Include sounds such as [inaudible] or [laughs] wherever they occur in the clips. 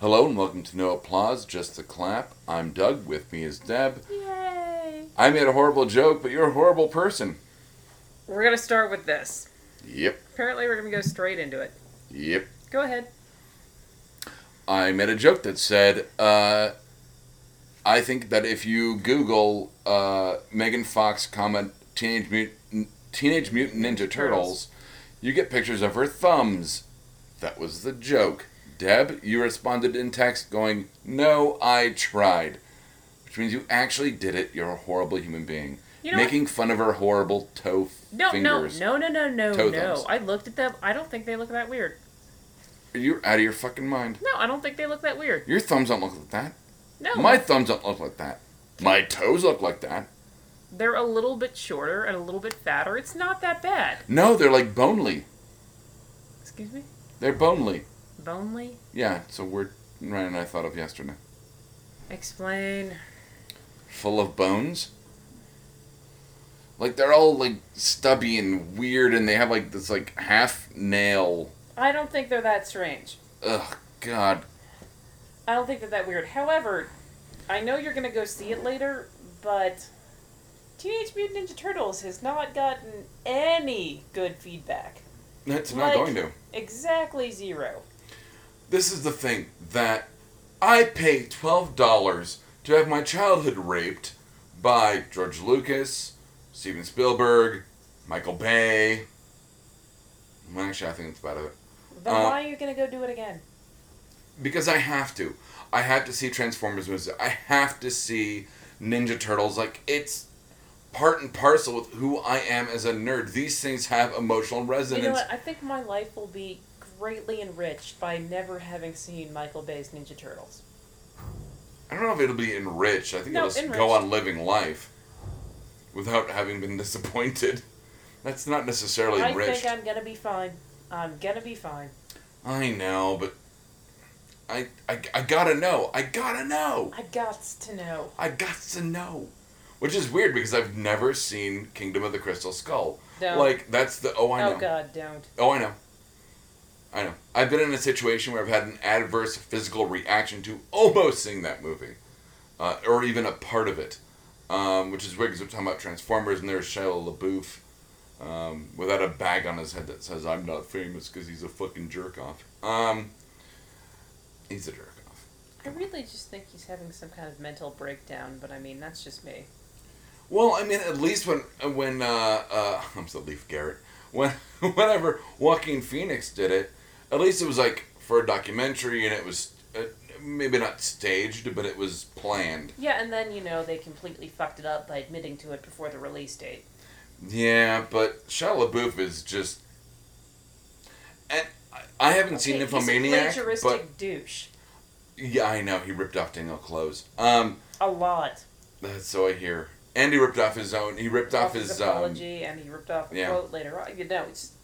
Hello and welcome to No Applause, Just a Clap. I'm Doug, with me is Deb. Yay! I made a horrible joke, but you're a horrible person. We're gonna start with this. Yep, Apparently, we're gonna go straight into it. yep. Go ahead. I made a joke that said, uh, I think that if you Google uh, Megan Fox, comma, Teenage Mutant, Teenage Mutant Ninja Turtles, you get pictures of her thumbs. That was the joke. Deb, you responded in text going, No, I tried. Which means you actually did it. You're a horrible human being. You know Making fun of her horrible toe f- what? No, fingers. no, no, no, no, no, Toe no. thumbs. I looked at them. I don't think they look that weird. You're out of your fucking mind. No, I don't think they look that weird. Your thumbs don't look like that. No, My thumbs don't look like that. My toes look like that. they're a little bit shorter and a little bit fatter. It's not that bad. No, they're like bonely. Excuse me, They're bonely. bonely. Yeah, it's a word Ryan and I thought of yesterday. Explain. Full of bones. Like they're all like stubby and weird, and they have like this like half nail. I don't think they're that strange. Ugh, God. I don't think they're that weird. However, I know you're gonna go see it later, but Teenage Mutant Ninja Turtles has not gotten any good feedback. It's not Like- going to. Exactly zero. This is the thing that I paid twelve dollars to have my childhood raped by George Lucas, Steven Spielberg, Michael Bay. Well, actually, I think that's about it. Then Uh, why are you gonna go do it again? Because I have to. I have to see Transformers movies. I have to see Ninja Turtles. Like it's part and parcel with who I am as a nerd. These things have emotional You resonance. know what? I think my life will be greatly enriched by never having seen Michael Bay's Ninja Turtles. I don't know if it'll be enriched. I think No, it'll just enriched. go on living life without having been [laughs] disappointed. That's not necessarily I enriched. think I'm gonna be fine. I'm gonna be fine. I know, but I, I I gotta know. I gotta know. I gots to know. I got to know. Which is weird because I've never seen Kingdom of the Crystal Skull. No. Like that's the oh I know. oh God, don't. Oh, I know. I know. I've been in a situation where I've had an adverse physical reaction to almost seeing that movie, uh, or even a part of it, um, which is weird because we're talking about Transformers and there's Shia LaBeouf um, without a bag on his head that says "I'm not famous" because he's a fucking jerk off. Um, he's a jerk off. I really just think he's having some kind of mental breakdown. But I mean, that's just me. Well, I mean, at least when when uh, uh, [laughs] I'm still Leaf Garrett. When [laughs] whenever Joaquin Phoenix did it, at least it was like for a documentary, and it was uh, maybe not staged, but it was planned. Yeah, and then you know they completely fucked it up by admitting to it before the release date. Yeah, but Shia LaBeouf is just. And I, I haven't seen Okay, Nymphomaniac, He's a but plagiaristic douche. yeah, I know he ripped off Daniel Close. Um, A lot. that's so I hear. And he ripped off his own. He ripped off, his. um, apology, and he ripped off a yeah. quote later on. You know, it's, [sighs]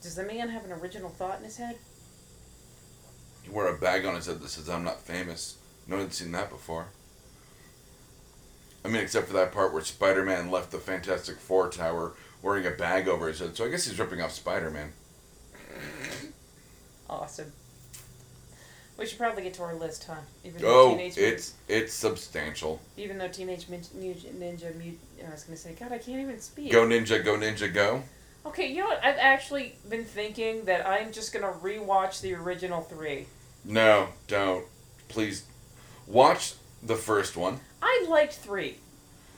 does the man have an original thought in his head? He wore a bag on his head that says "I'm not famous." No one's seen that before. I mean, except for that part where Spider-Man left the Fantastic Four tower wearing a bag over his head. So I guess he's ripping off Spider-Man. Awesome. We should probably get to our list, huh? Even though Oh, teenage, Mut- it's it's substantial. even though teenage Min- Ninja, Ninja Mut- I was gonna say, God, I can't even speak. Go ninja, go ninja, go. Okay, you know what? I've actually been thinking that I'm just gonna rewatch the original three. No, don't. Please, watch the first one. I liked three.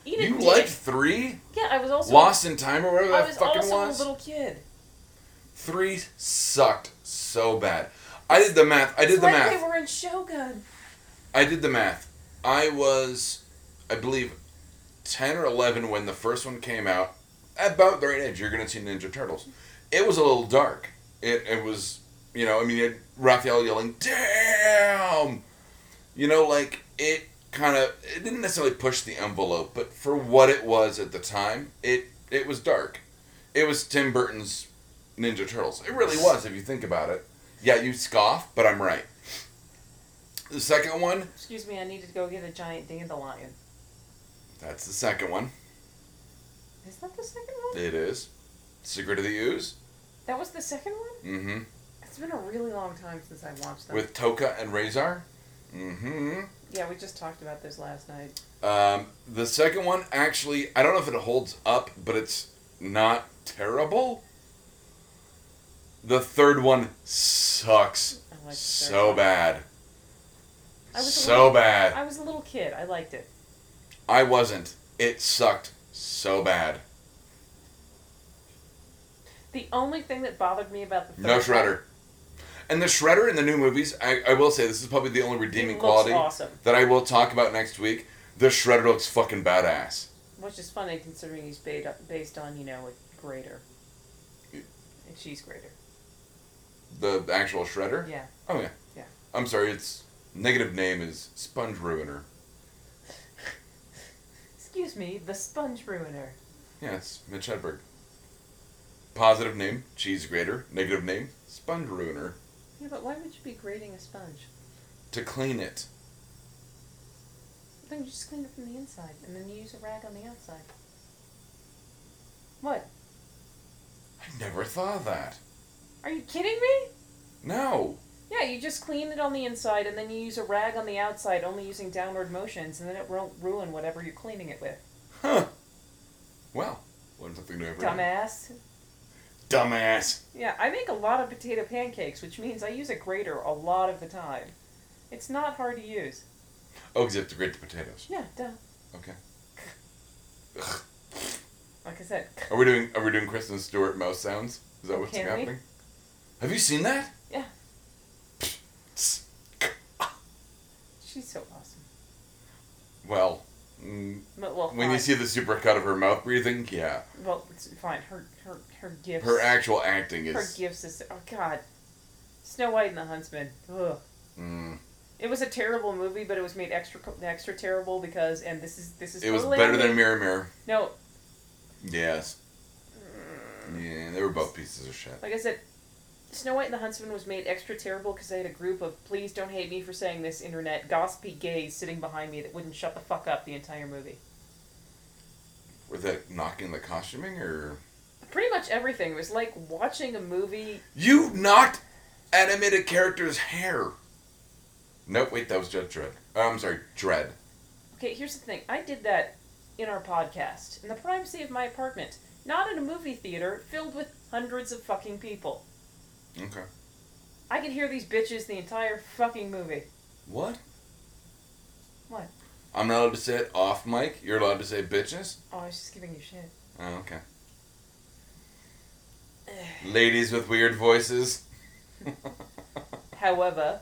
Eden You did. liked three? Yeah, I was also. Lost in Time or whatever I that was fucking also was. a little kid. Three sucked so bad. I did the math. I did it's the like math. They were in Shogun. I did the math. I was, I believe, 10 or 11 when the first one came out. About the right age, you're going to see Ninja Turtles. It was a little dark. It, it was, you know, I mean, you had Raphael yelling, damn! You know, like, it kind of, it didn't necessarily push the envelope, but for what it was at the time, it, it was dark. It was Tim Burton's Ninja Turtles. It really was, if you think about it. Yeah, you scoff, but I'm right. The second one, Excuse me, I need to go get a giant dandelion. That's the second one. Is that the second one? It is. Secret of the Ooze. That was the second one? Mm-hmm. That's It's been a really long time since I watched them. with Toka and Razor. Mm-hmm. yeah, we just talked about this last night. Um, the second one actually, I don't know if it holds up, but it's not terrible. The third one sucks I liked the so third one. bad, I was a so little- bad. I was a little kid. I liked it. I wasn't. It sucked so bad. The only thing that bothered me about the third No one- shredder. And the shredder in the new movies, I, I will say this is probably the only it redeeming looks quality Awesome, that I will talk about next week. The shredder looks fucking badass. which is funny considering he's based based on you know a greater, Y- and she's greater. The actual shredder. Yeah. Oh yeah. Yeah. I'm sorry. Its negative name is Sponge Ruiner. Excuse me, the sponge ruiner. Yes, Mitch Hedberg. Positive name, cheese grater. Negative name, sponge ruiner. Yeah, but why would you be grating a sponge? To clean it. Then you just clean it from the inside, and then you use a rag on the outside. What? I never thought of that. Are you kidding me? No. Yeah, you just clean it on the inside, and then you use a rag on the outside, only using downward motions, and then it won't ruin whatever you're cleaning it with. Huh. Well, learn something new every day. Dumbass. Dumbass. Yeah, I make a lot of potato pancakes, which means I use a grater a lot of the time. It's not hard to use. Oh, 'cause you have to grate the potatoes. Yeah, duh. Okay. Ugh. Like I said, [laughs] Are we doing? Are we doing Kristen Stewart mouse sounds? Is that what's Can we? happening? Have you seen that? Yeah. she's so awesome. Well, mm, But, well, when you fine. see the supercut of her mouth breathing, yeah, well, it's fine. Her her her gifts. her actual acting her is. gifts is oh god. Snow White and the Huntsman. Ugh. Mm. It was a terrible movie, but it was made extra co- extra terrible because and this is this is It was totally better on than me. Mirror Mirror. no. Yes. Yeah, they were both pieces of shit. Like I said, Snow White and the Huntsman was made extra terrible because I had a group of please don't hate me for saying this internet gossipy gays sitting behind me that wouldn't shut the fuck up the entire movie. Were they knocking the costuming or? Pretty much everything was like watching a movie. You knocked animated character's hair. Nope. Wait, that was Judge Dredd. Oh, I'm sorry, Dredd. Okay, here's the thing. I did that in our podcast in the privacy of my apartment, not in a movie theater filled with hundreds of fucking people. Okay. I could hear these bitches the entire fucking movie. What? What? I'm not allowed to say it off mic. You're allowed to say bitches. Oh, I was just giving you shit. Oh, [sighs] okay. Ladies with weird voices. [laughs] However,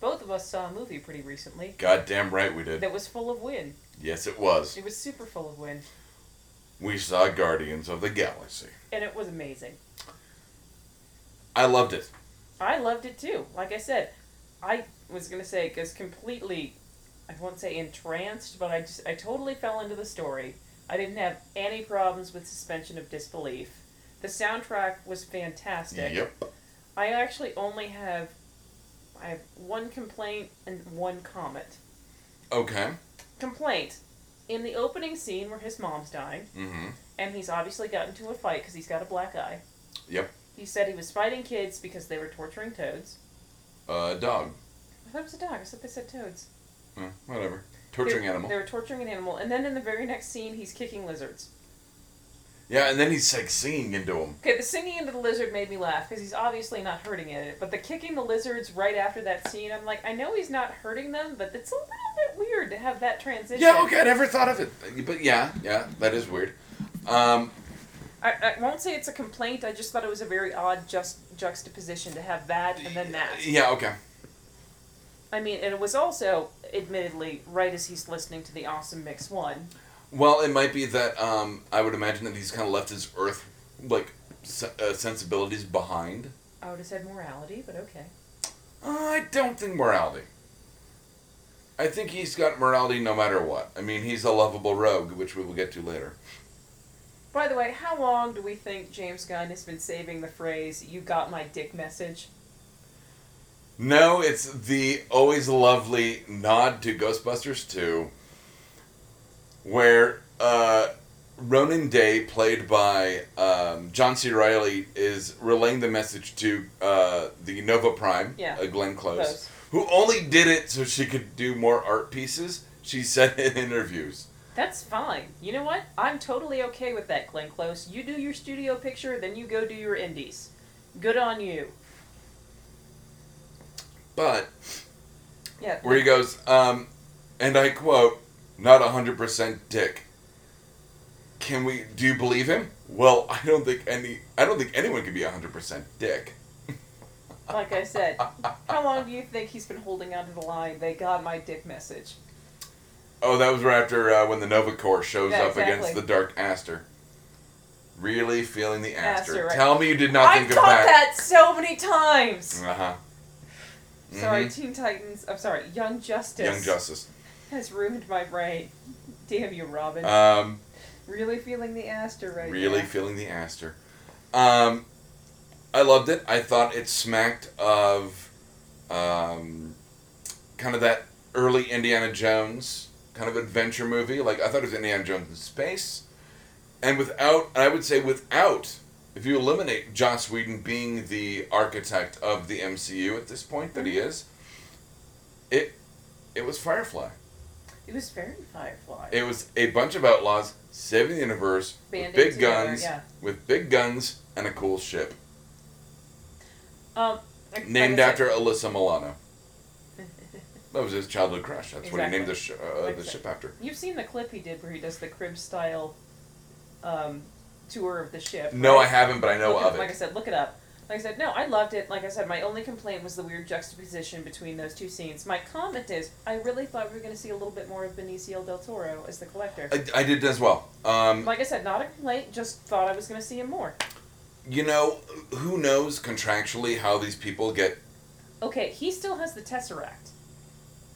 both of us saw a movie pretty recently Goddamn right we did. that was full of wind. Yes, it was. It was super full of wind, We saw Guardians of the Galaxy. and it was amazing. I loved it. I loved it too. Like I said, I was gonna say it was completely, I won't say entranced, but I just I totally fell into the story. I didn't have any problems with suspension of disbelief. The soundtrack was fantastic. Yep. I actually only have I have one complaint and one comment. Okay. Complaint. In the opening scene where his mom's dying, Mm-hmm. and he's obviously got into a fight because he's got a black eye. Yep. He said he was fighting kids because they were torturing toads. Uh, dog. I thought it was a dog. I thought they said toads. Eh, whatever. Torturing they animal. They were torturing an animal, and then in the very next scene, he's kicking lizards. Yeah, and then he's like singing into him. Okay, the singing into the lizard made me laugh because he's obviously not hurting it, but the kicking the lizards right after that scene, I'm like, I know he's not hurting them, but it's a little bit weird to have that transition. Yeah. Okay. I never thought of it. But yeah, yeah, that is weird. Um, I, I won't say it's a complaint. I just thought it was a very odd just juxtaposition to have that and then that. Yeah. Okay. I mean, and it was also, admittedly, right as he's listening to the awesome mix one. Well, it might be that um, I would imagine that he's kind of left his Earth like se- uh, sensibilities behind. I would have said morality, but okay. I don't think morality. I think he's got morality no matter what. I mean, he's a lovable rogue, which we will get to later. By the way, how long do we think James Gunn has been saving the phrase "You got my dick" message? No, it's the always lovely nod to Ghostbusters 2 where uh Ronan Day, played by um, John C. Riley, is relaying the message to uh, the Nova Prime, Yeah. uh, Glenn Close, Close. who only did it so she could do more art pieces. She said in interviews, That's fine. You know what? I'm totally okay with that, Glenn Close. You do your studio picture, then you go do your indies. Good on you. but Yeah. where he goes, um, and I quote, "Not hundred percent dick." Can we? Do you believe him? Well, [laughs] I don't think any. I don't think anyone can be hundred percent dick. [laughs] Like I said, how long do you think he's been holding onto the line? They got my dick message. Oh, that was right after uh, when the Nova Corps shows Yeah, up against exactly. the Dark Aster. Really feeling the Aster. Aster, right. Tell me you did not I think of thought that. that so many times. Uh huh. Sorry, Teen Titans. I'm sorry, Young Justice. Mm-hmm. Young Justice. has ruined my brain. Damn you, Robin. Um, really feeling the aster right really now. feeling the Aster. Um, I loved it. I thought it smacked of um, kind of that early Indiana Jones kind of adventure movie. Like I thought it was Indiana Jones in space, and without I would say without if you eliminate Joss Whedon being the architect of the MCU at this point that he Mm-hmm. is, it it was Firefly. It was very Firefly. It was a bunch of outlaws saving the universe Banded with big together, guns, yeah. with big guns and a cool ship um, like- named like I after said- Alyssa [laughs] Milano. That was his childhood crush. That's what he Exactly. named the, sh- uh, Like I the said. ship after. You've seen the clip he did where he does the crib style um, tour of the ship. No, I right? haven't, but I know Look it- of Like I it. said, look it up. Like I said, no, I loved it. Like I said, my only complaint was the weird juxtaposition between those two scenes. My comment is, I really thought we were going to see a little bit more of Benicio del Toro as the collector. I, I did as well. Um, like I said, not a complaint, just thought I was going to see him more. you know, who knows contractually how these people get. Okay, he still has the Tesseract.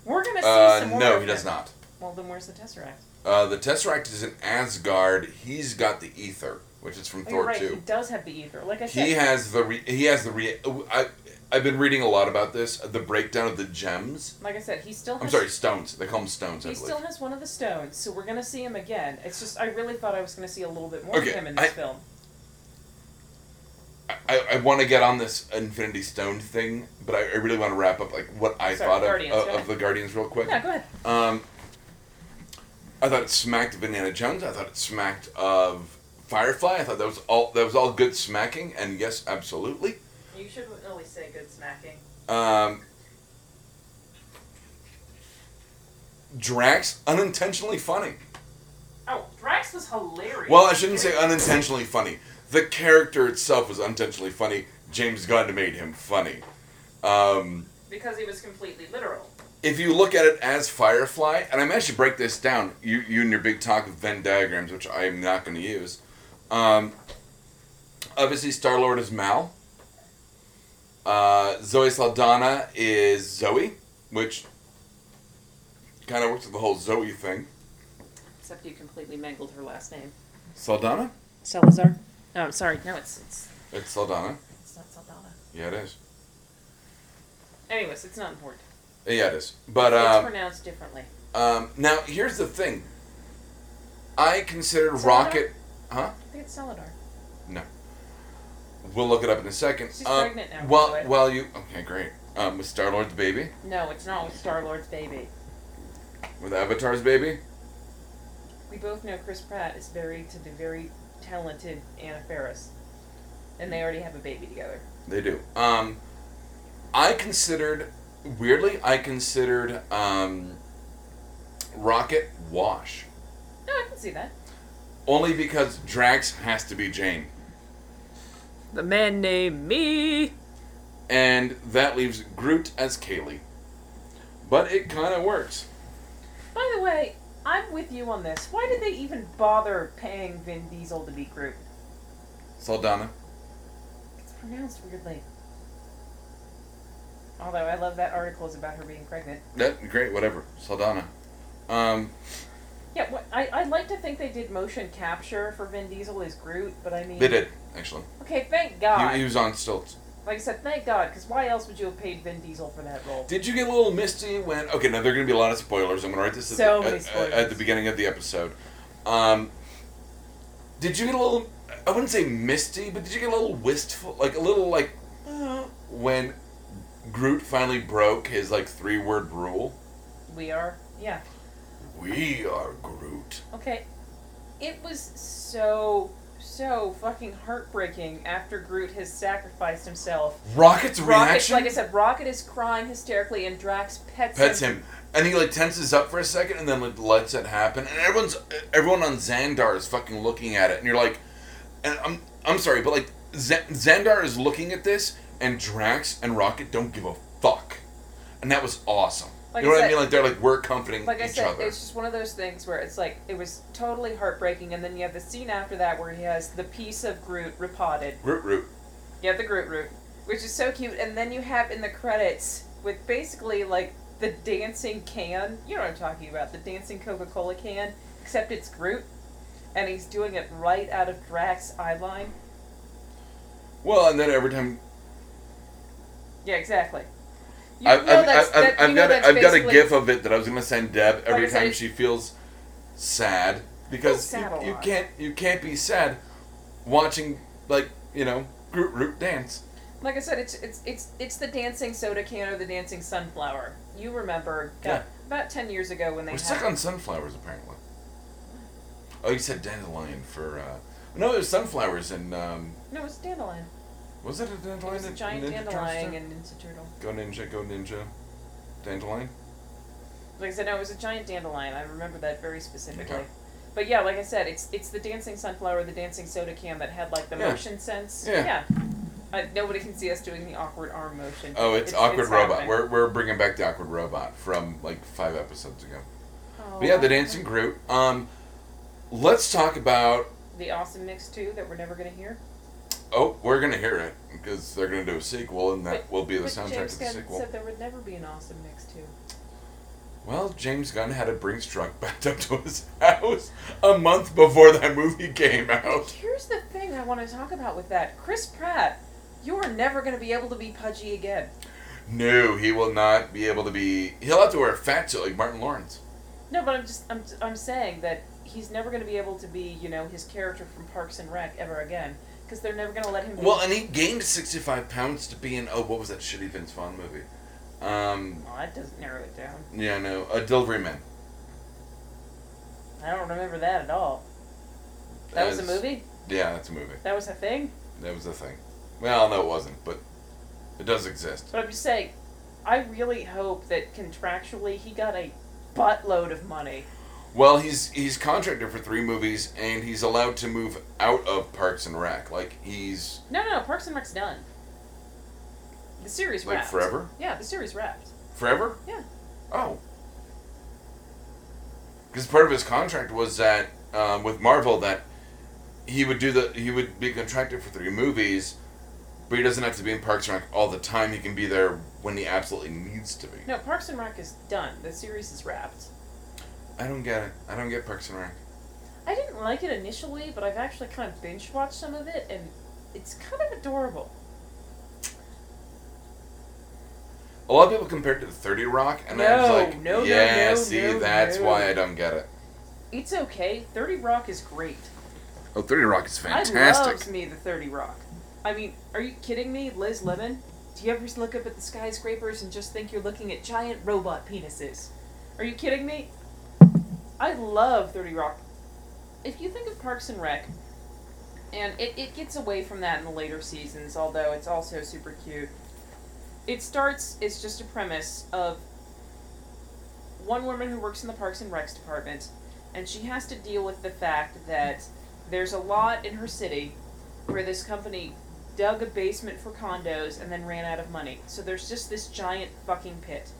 We're gonna see Uh, some more. no, of he does him. not. Well, then where's the Tesseract? Oh, Uh, the Tesseract is in Asgard. He's got the Ether, which is from Oh, Thor you're right. 2. He does have the ether. Like I said, He has the re- he has the re- I I've been reading a lot about this the breakdown of the gems. like I said, he still. Has, I'm sorry, stones. They call them stones. I He believe. Uh-huh. still has one of the stones, so we're gonna see him again. It's just I really thought I was gonna see a little bit more Okay, of him in this I- film. I, I, I want to get on this Infinity Stone thing, but I, I really want to wrap up like what I Sorry, thought of, Guardians, of, go of the Guardians real quick. Yeah, go ahead. Um, I thought it smacked of Indiana Jones. I thought it smacked of Firefly. I thought that was all that was all good smacking, and yes, absolutely. You shouldn't really say good smacking. Um, Drax unintentionally funny. Oh, Drax was hilarious. Well, I shouldn't say uh, unintentionally funny. The character itself was unintentionally funny. James Gunn made him funny. Um, because he was completely literal. if you look at it as Firefly, and I managed to break this down, you, you and your big talk of Venn diagrams, which I am not going to use. Um, obviously, Star Lord is Mal. Uh, Zoe Saldana is Zoe, which kind of works with the whole Zoe thing. Except you completely mangled her last name. Saldana? Salazar. Oh, I'm sorry. No, it's it's It's Saldana. it's not Saldana. Yeah, it is. Anyways, it's not important. Yeah, it is. But it's um, pronounced differently. Um, now here's the thing. I considered Is it Rocket. Huh? I think it's Saladar. No. We'll look it up in a second. She's Um, pregnant now, by Well, the way. well, you okay? Great. Um, with Star Lord's baby, No, it's not with Star Lord's baby. with Avatar's baby. We both know Chris Pratt is married to the very talented Anna Faris, and they already have a baby together. They do. Um, I considered, weirdly, I considered um, Rocket Wash No, I can see that. only because Drax has to be Jane, The man named me. and that leaves Groot as Kaylee. But it kind of works. By the way, I'm with you on this. Why did they even bother paying Vin Diesel to be Groot? Saldana. It's pronounced weirdly. Although I love that article is about her being pregnant. That great, whatever. Saldana. Um, Yeah, what, I, I'd like to think they did motion capture for Vin Diesel as Groot, but I mean. they did actually. Okay, thank He, God. he was on stilts. Like I said, thank God, because why else would you have paid Vin Diesel for that role? Did you get a little misty when? Okay, now there are gonna be a lot of spoilers. I'm gonna write this at So the- many at, spoilers. at the beginning of the episode. Um, Did you get a little? I wouldn't say misty, but did you get a little wistful, like a little like uh, when Groot finally broke his like three word rule? We are, yeah. We are Groot. Okay. It was so, so fucking heartbreaking after Groot has sacrificed himself. Rocket's Rocket, reaction like I said, Rocket is crying hysterically, and Drax pets, pets him, and he like tenses up for a second, and then like lets it happen. And everyone's everyone on Xandar is fucking looking at it, and you're like, and I'm I'm sorry, but like Z- Xandar is looking at this, and Drax and Rocket don't give a fuck, and that was awesome. Like you know I what I said- mean? Like they're like we're comforting Like each I said, other. it's just one of those things where it's like it was totally heartbreaking, and then you have the scene after that where he has the piece of Groot repotted. Root root. You have the Groot root, which is so cute, and then you have in the credits with basically like the dancing can. You know what I'm talking about? The dancing Coca-Cola can, except it's Groot, and he's doing it right out of Drax's eye line. Well, and then every time Yeah, exactly. You I've, know I've, that's- I've, that- you I've know got a, that's I've got a basically- gif of it that I was gonna send Deb every I said, time it's- she feels sad because sad a you, you lot. can't you can't be sad watching like you know Groot Root dance. Like I said, it's it's it's it's the dancing soda can or the dancing sunflower. You remember God, Yeah. about ten years ago when they We're had stuck on sunflowers apparently. Oh, you said dandelion for uh, no, there's sunflowers and um, no, it was dandelion. was it a dandelion? It was a that giant Ninja Turtles dandelion did? and Ninja Turtle. go ninja, go ninja, dandelion. Like I said, no, it was a giant dandelion. I remember that very specifically. Okay. But yeah, like I said, it's it's the dancing sunflower, the dancing soda can that had like the Yeah. motion sense. Yeah. Uh, nobody can see us doing the awkward arm motion. Oh, it's, awkward robot. happening. We're we're bringing back the awkward robot from like five episodes ago. Oh, But yeah, the I- dancing Groot. Um, let's talk about. The awesome mix too that we're never gonna hear. Oh, we're gonna hear it because they're gonna do a sequel, and that But- will be the but soundtrack James to the Gunn sequel. said there would never be an awesome mix too. Well, James Gunn had a Brinks truck [laughs] backed up to his house a month before that movie came But out. here's the thing I want to talk about with that. Chris Pratt, you are never going to be able to be pudgy again. No, he will not be able to be. He'll have to wear a fat suit like Martin Lawrence. No, but I'm just I'm I'm saying that he's never going to be able to be, you know, his character from Parks and Rec ever again because they're never going to let him be. Well, and he gained sixty-five pounds to be in. Oh, what was that shitty Vince Vaughn movie? Um, Aw, that doesn't narrow it down. yeah, no, a delivery man. I don't remember that at all. That was a That's- movie? Yeah, that's a movie. That was a thing? That was the thing. Well, no, it wasn't, but it does exist. But I'm just saying, I really hope that contractually he got a buttload of money. Well, he's he's contracted for three movies, and he's allowed to move out of Parks and Rec. Like he's No, no, Parks and Rec's done. The series like wrapped. forever, Yeah, the series wrapped. forever. Yeah. Oh. Because part of his contract was that um, with Marvel that he would do the he would be contracted for three movies, but he doesn't have to be in Parks and Rec all the time. He can be there when he absolutely needs to be. No, Parks and Rec is done. The series is wrapped. I don't get it. I don't get Parks and Rec. I didn't like it initially, but I've actually kind of binge watched some of it, and it's kind of adorable. A lot of people compared to the 30 Rock, and I was No, like, no, no, yeah, no, see, no, that's no." why I don't get it. It's okay. Thirty Rock is great. Oh, 30 Rock is I loves me the Thirty Rock. I mean, are you kidding me, Liz Lemon? Do you ever look up at the skyscrapers and just think you're looking at giant robot penises? Are you kidding me? I love Thirty Rock. If you think of Parks and Rec, and it, it gets away from that in the later seasons, although it's also super cute. It starts, it's just a premise of one woman who works in the Parks and Recs department, and she has to deal with the fact that there's a lot in her city where this company dug a basement for condos and then ran out of money. So there's just this giant fucking pit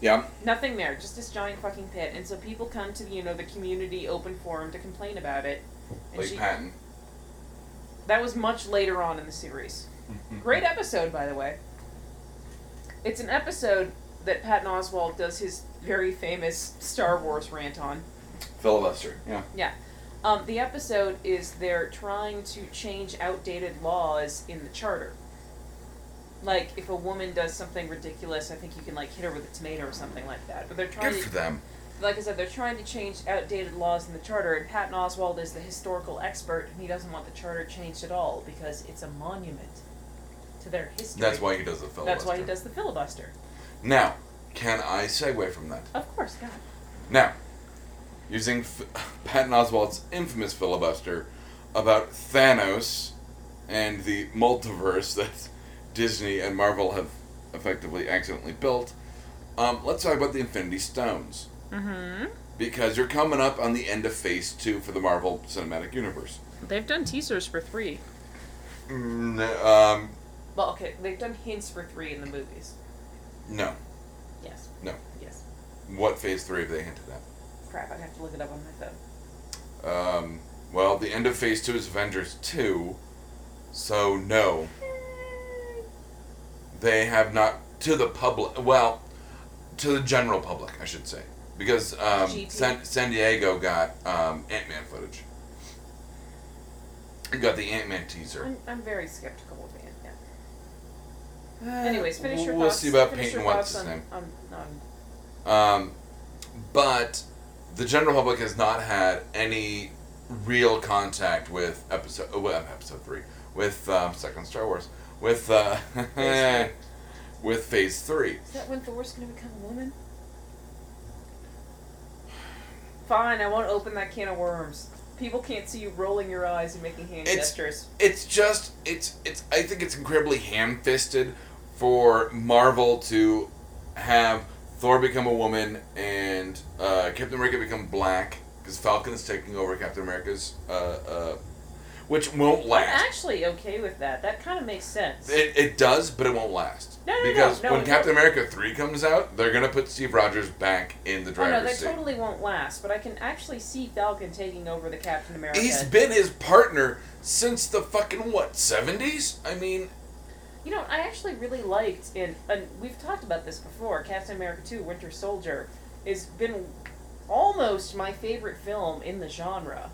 Yeah. nothing there, just this giant fucking pit. And so people come to you know the community open forum to complain about it. And Like she- Patton. that was much later on in the series. Great episode, by the way. It's an episode that Patton Oswald does his very famous Star Wars rant on. Filibuster. Yeah. Yeah. Um, the episode is they're trying to change outdated laws in the charter. Like if a woman does something ridiculous, I think you can like hit her with a tomato or something like that. But they're trying Good to for them. like I said, they're trying to change outdated laws in the charter, and Patton Oswald is the historical expert, and he doesn't want the charter changed at all because it's a monument to their history. That's why he does the filibuster. That's why he does the filibuster. Now, can I segue from that? Of course, God. Now, using f- [laughs] Patton Oswald's infamous filibuster about Thanos and the multiverse [laughs] that Disney and Marvel have effectively accidentally built, um, let's talk about the Infinity Stones. Mm-hmm. Because you're coming up on the end of Phase 2 for the Marvel Cinematic Universe. They've done teasers for three. Mm, um, Well, okay, they've done hints for three in the movies. no. Yes. No. Yes. What Phase 3 have they hinted at? Crap, I'd have to look it up on my phone. Um, well, the end of Phase 2 is Avengers 2, so no. they have not to the public well to the general public i should say because um, GP. san, san diego got um, ant-man footage we got the ant-man teaser I'm, I'm very skeptical of Ant-Man. Anyways, finish your Uh, we'll thoughts. see about finish Peyton your Watts' thoughts name. On, on, on, um, but the general public has not had any real contact with episode uh, well, episode three with um, second star wars with uh, Phase [laughs] with phase three is that when Thor's gonna become a woman? Fine, I won't open that can of worms. People can't see you rolling your eyes and making hand It's- gestures. it's just it's it's I think it's incredibly ham-fisted for Marvel to have Thor become a woman and uh, Captain America become black because Falcon is taking over Captain America's uh, uh, which won't I'm last. actually okay with that. That kind of makes sense. It, it does, but it won't last. No, no, no, because no, when it Captain won't. America three comes out, they're gonna put Steve Rogers back in the oh no, driver's that seat. totally won't last. But I can actually see Falcon taking over the Captain America. He's been his partner since the fucking what seventies? I mean, You know, I actually really liked in, and we've talked about this before. Captain America Two: Winter Soldier has been almost my favorite film in the genre.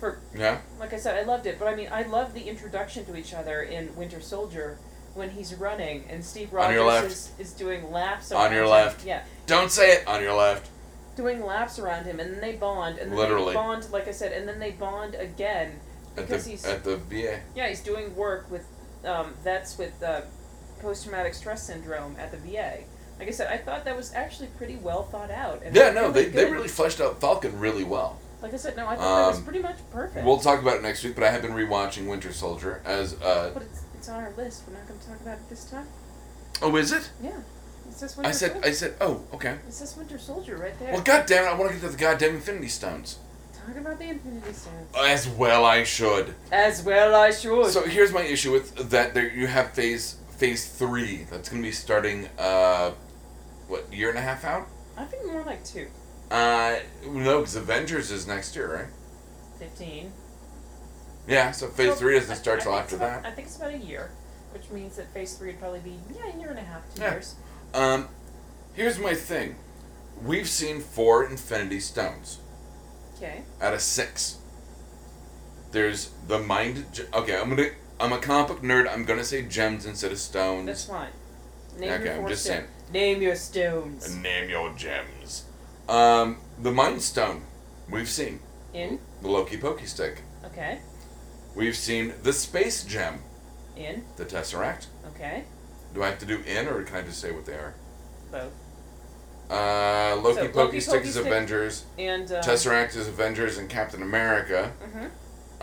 For yeah. like I said, I loved it, but I mean, I love the introduction to each other in Winter Soldier when he's running and Steve On Rogers your left. is, is doing laps On around your him. left. Yeah, Don't say it on your left. doing laps around him, and then they bond, and then Literally. they bond, like I said, and then they bond again At because the, he's at the VA. Yeah, he's doing work with um, vets with uh, post traumatic stress syndrome at the VA. Like I said, I thought that was actually pretty well thought out. And Yeah, no, really they, they good. really fleshed out Falcon really well. Like I said, no, I thought that was Um, pretty much perfect. We'll talk about it next week, but I have been rewatching Winter Soldier as uh but it's, it's on our list. We're not going to talk about it this time. Oh, is it? Yeah, it's this Winter I said Soldier. I said, "Oh, okay." It's this Winter Soldier right there. Well, goddamn it, I want to get to the goddamn Infinity Stones. Talk about the Infinity Stones. As well I should. As well, I should. So here's my issue with that there you have phase phase 3 that's going to be starting uh what year and a half out? I think more like two. Uh no, cuz Avengers is next year, right? Fifteen. Yeah, so phase So 3 doesn't I- start I till think after it's about- that. I think it's about a year, which means that phase three would probably be yeah, a year and a half, two Yeah. years. Um, here's my thing. We've seen four Infinity Stones Okay. out of six. There's the mind. Ge- Okay, I'm gonna. I'm a comic book nerd. I'm gonna say gems instead of stones. That's fine. Name Okay, your I'm four just stones. Name your stones. Name your gems. Um, the mind stone. We've seen In. the Loki Pokey Stick. Okay. We've seen the space gem, In. the Tesseract. Okay. Do I have to do in or can I just say what they are? Both. Uh, Loki So, Pokey Loki Stick Pokey is Stick. Avengers. And. Um, Tesseract is Avengers and Captain America. hmm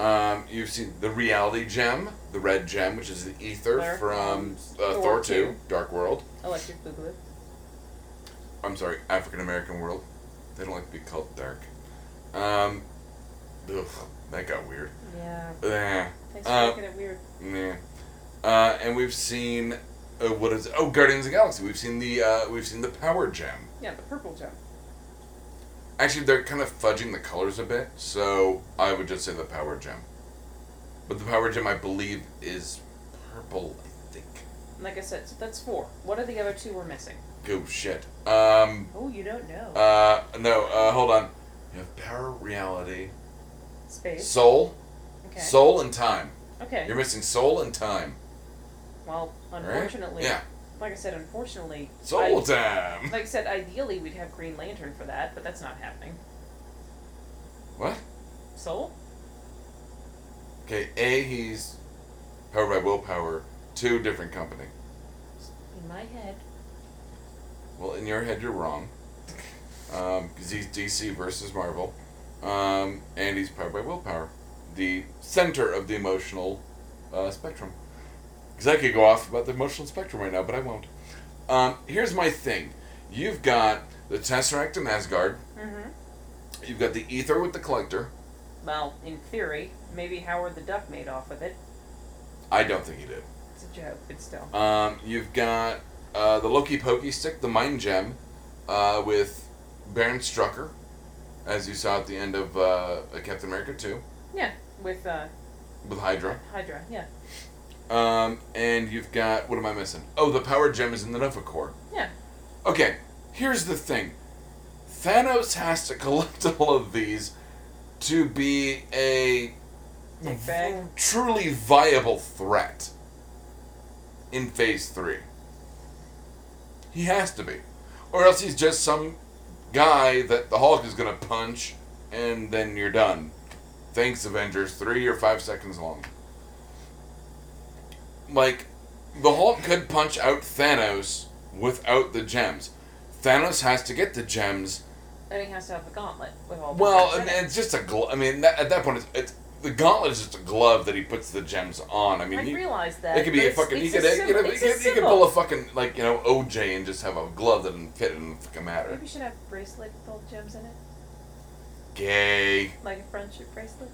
Um, you've seen the Reality Gem, the Red Gem, which is the ether Claire. from uh, Thor, Thor 2, two. Dark World. Electric Boogaloo. I'm sorry, African American World. They don't like to be called dark. Um, ugh, that got weird. Yeah. Eh, Thanks for Uh, making it weird. meh. Uh, and we've seen uh, what is oh Guardians of the Galaxy. We've seen the uh, we've seen the Power Gem. Yeah, the purple gem. Actually, they're kind of fudging the colors a bit, so I would just say the Power Gem. But the Power Gem, I believe, is purple. I think. Like I said, so that's four. What are the other two we're missing? Go Oh, shit. Um. Oh, you don't know. Uh. No. Uh. Hold on. You have power, reality, Space. soul, Okay. soul, and time. okay. You're missing soul and time. Well, Right? unfortunately, Yeah. like I said, unfortunately, Soul time. like I said, ideally we'd have Green Lantern for that, but that's not happening. What? Soul? Okay, A, he's powered by willpower. Two, different company. In my head. Well, in your head, you're wrong. Because he's DC versus Marvel. Um, and he's powered by willpower. The center of the emotional uh, spectrum. Because I could go off about the emotional spectrum right now, but I won't. Um, here's my thing you've got the Tesseract in Asgard, Mm-hmm. you've got the Ether with the Collector. Well, in theory, maybe Howard the Duck made off with it. I don't think he did. It's a joke, but still. Um, you've got uh, the Loki Pokey Stick, the Mind Gem, uh, with Baron Strucker, as you saw at the end of uh, Captain America 2, Yeah, with uh, with Hydra. Hydra, yeah. Um, and you've got, what am I missing? Oh, the Power Gem is in the Nova Core. Yeah. Okay, here's the thing Thanos has to [laughs] collect all of these to be a Big bag. truly viable threat in phase three. He has to be. Or else he's just some guy that the Hulk is going to punch and then you're done. Thanks, Avengers. Three or five seconds long. Like, the Hulk could punch out Thanos without the gems. Thanos has to get the gems And he has to have the gauntlet with all the well, gems I in mean, it. it's just a glove. I mean, that, at that point, it's, it's the gauntlet is just a glove that he puts the gems on. I mean, I he- realize that. it could be but a it's- fucking. He it's could, a he could, symbol- he it's could, a he could symbol. pull a fucking like you know OJ and just have a glove that doesn't fit. It doesn't fucking matter. Maybe you should have a bracelet with all the gems in it, Gay like a friendship bracelet.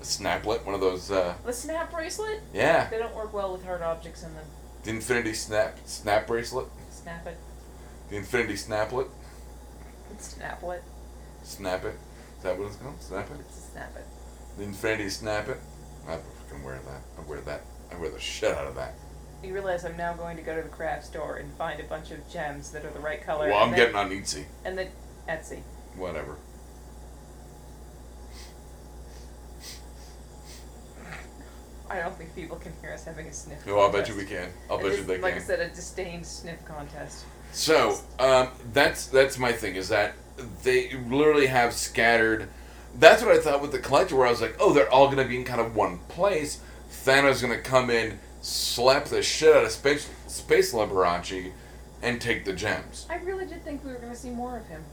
a snaplet, one of those. uh The snap bracelet? Yeah, They don't work well with hard objects in them. the infinity snap snap bracelet, Snap it. the infinity snaplet, Snap what? snap it. Is that what it's called? Snap it. It's a snap it. The infinity snap it. I fucking wear that. I wear that. I wear the shit out of that. You realize I'm now going to go to the craft store and find a bunch of gems that are the right color. Well, I'm and getting on Etsy. And then Etsy. Whatever. I don't think people can hear us having a sniff. No, Oh, I'll bet contest. you we can. I'll It bet is, you they like can. I said, a disdained sniff contest. So um, that's that's my thing is that they literally have scattered. That's what I thought with the collector, where I was like, oh, they're all gonna be in kind of one place. Thanos gonna come in, slap the shit out of space space Liberace, and take the gems. I really did think we were going to see more of him.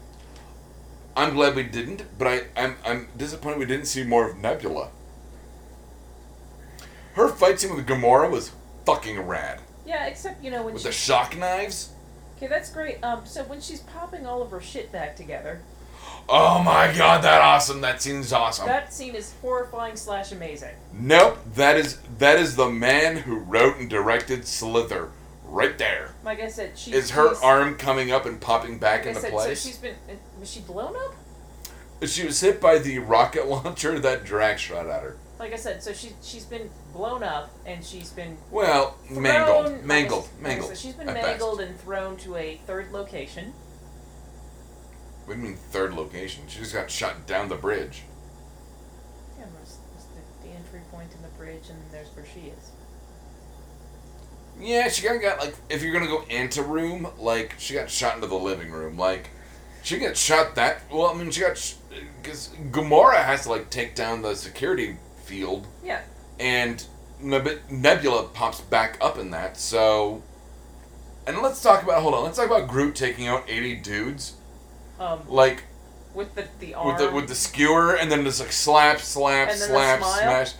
I'm glad we didn't, but I I'm, I'm disappointed we didn't see more of Nebula. Her fight scene with Gamora was fucking rad. Yeah, except you know when With she. the shock knives. okay, that's great. Um, so when she's popping all of her shit back together, Oh my god, that awesome! That scene's awesome. that scene is horrifying slash amazing. Nope, that is that is the man who wrote and directed Slither. Right there Like I said, she is her she's- arm coming up and popping back Like I into said, place. so she's been uh, was she blown up? she was hit by the rocket launcher that Drax shot at her. Like I said, so she she's been blown up and she's been Well, thrown, mangled, like I mangled, said- like I mangled. said, she's been at mangled and thrown to a third location. Best. What do you mean third location? She just got shot down the bridge. Yeah, there's, there's the, the entry point in the bridge, and there's where she is. Yeah, she kind of got like if you're gonna go into room, like she got shot into the living room. Like she got shot that. Well, I mean she got because Gamora has to like take down the security field. Yeah, and Neb- Nebula pops back up in that. So, and let's talk about hold on. Let's talk about Groot taking out eighty dudes um, like with the the arm. with the with the skewer, and then just like slap, slap, And then the slap, smile. smash.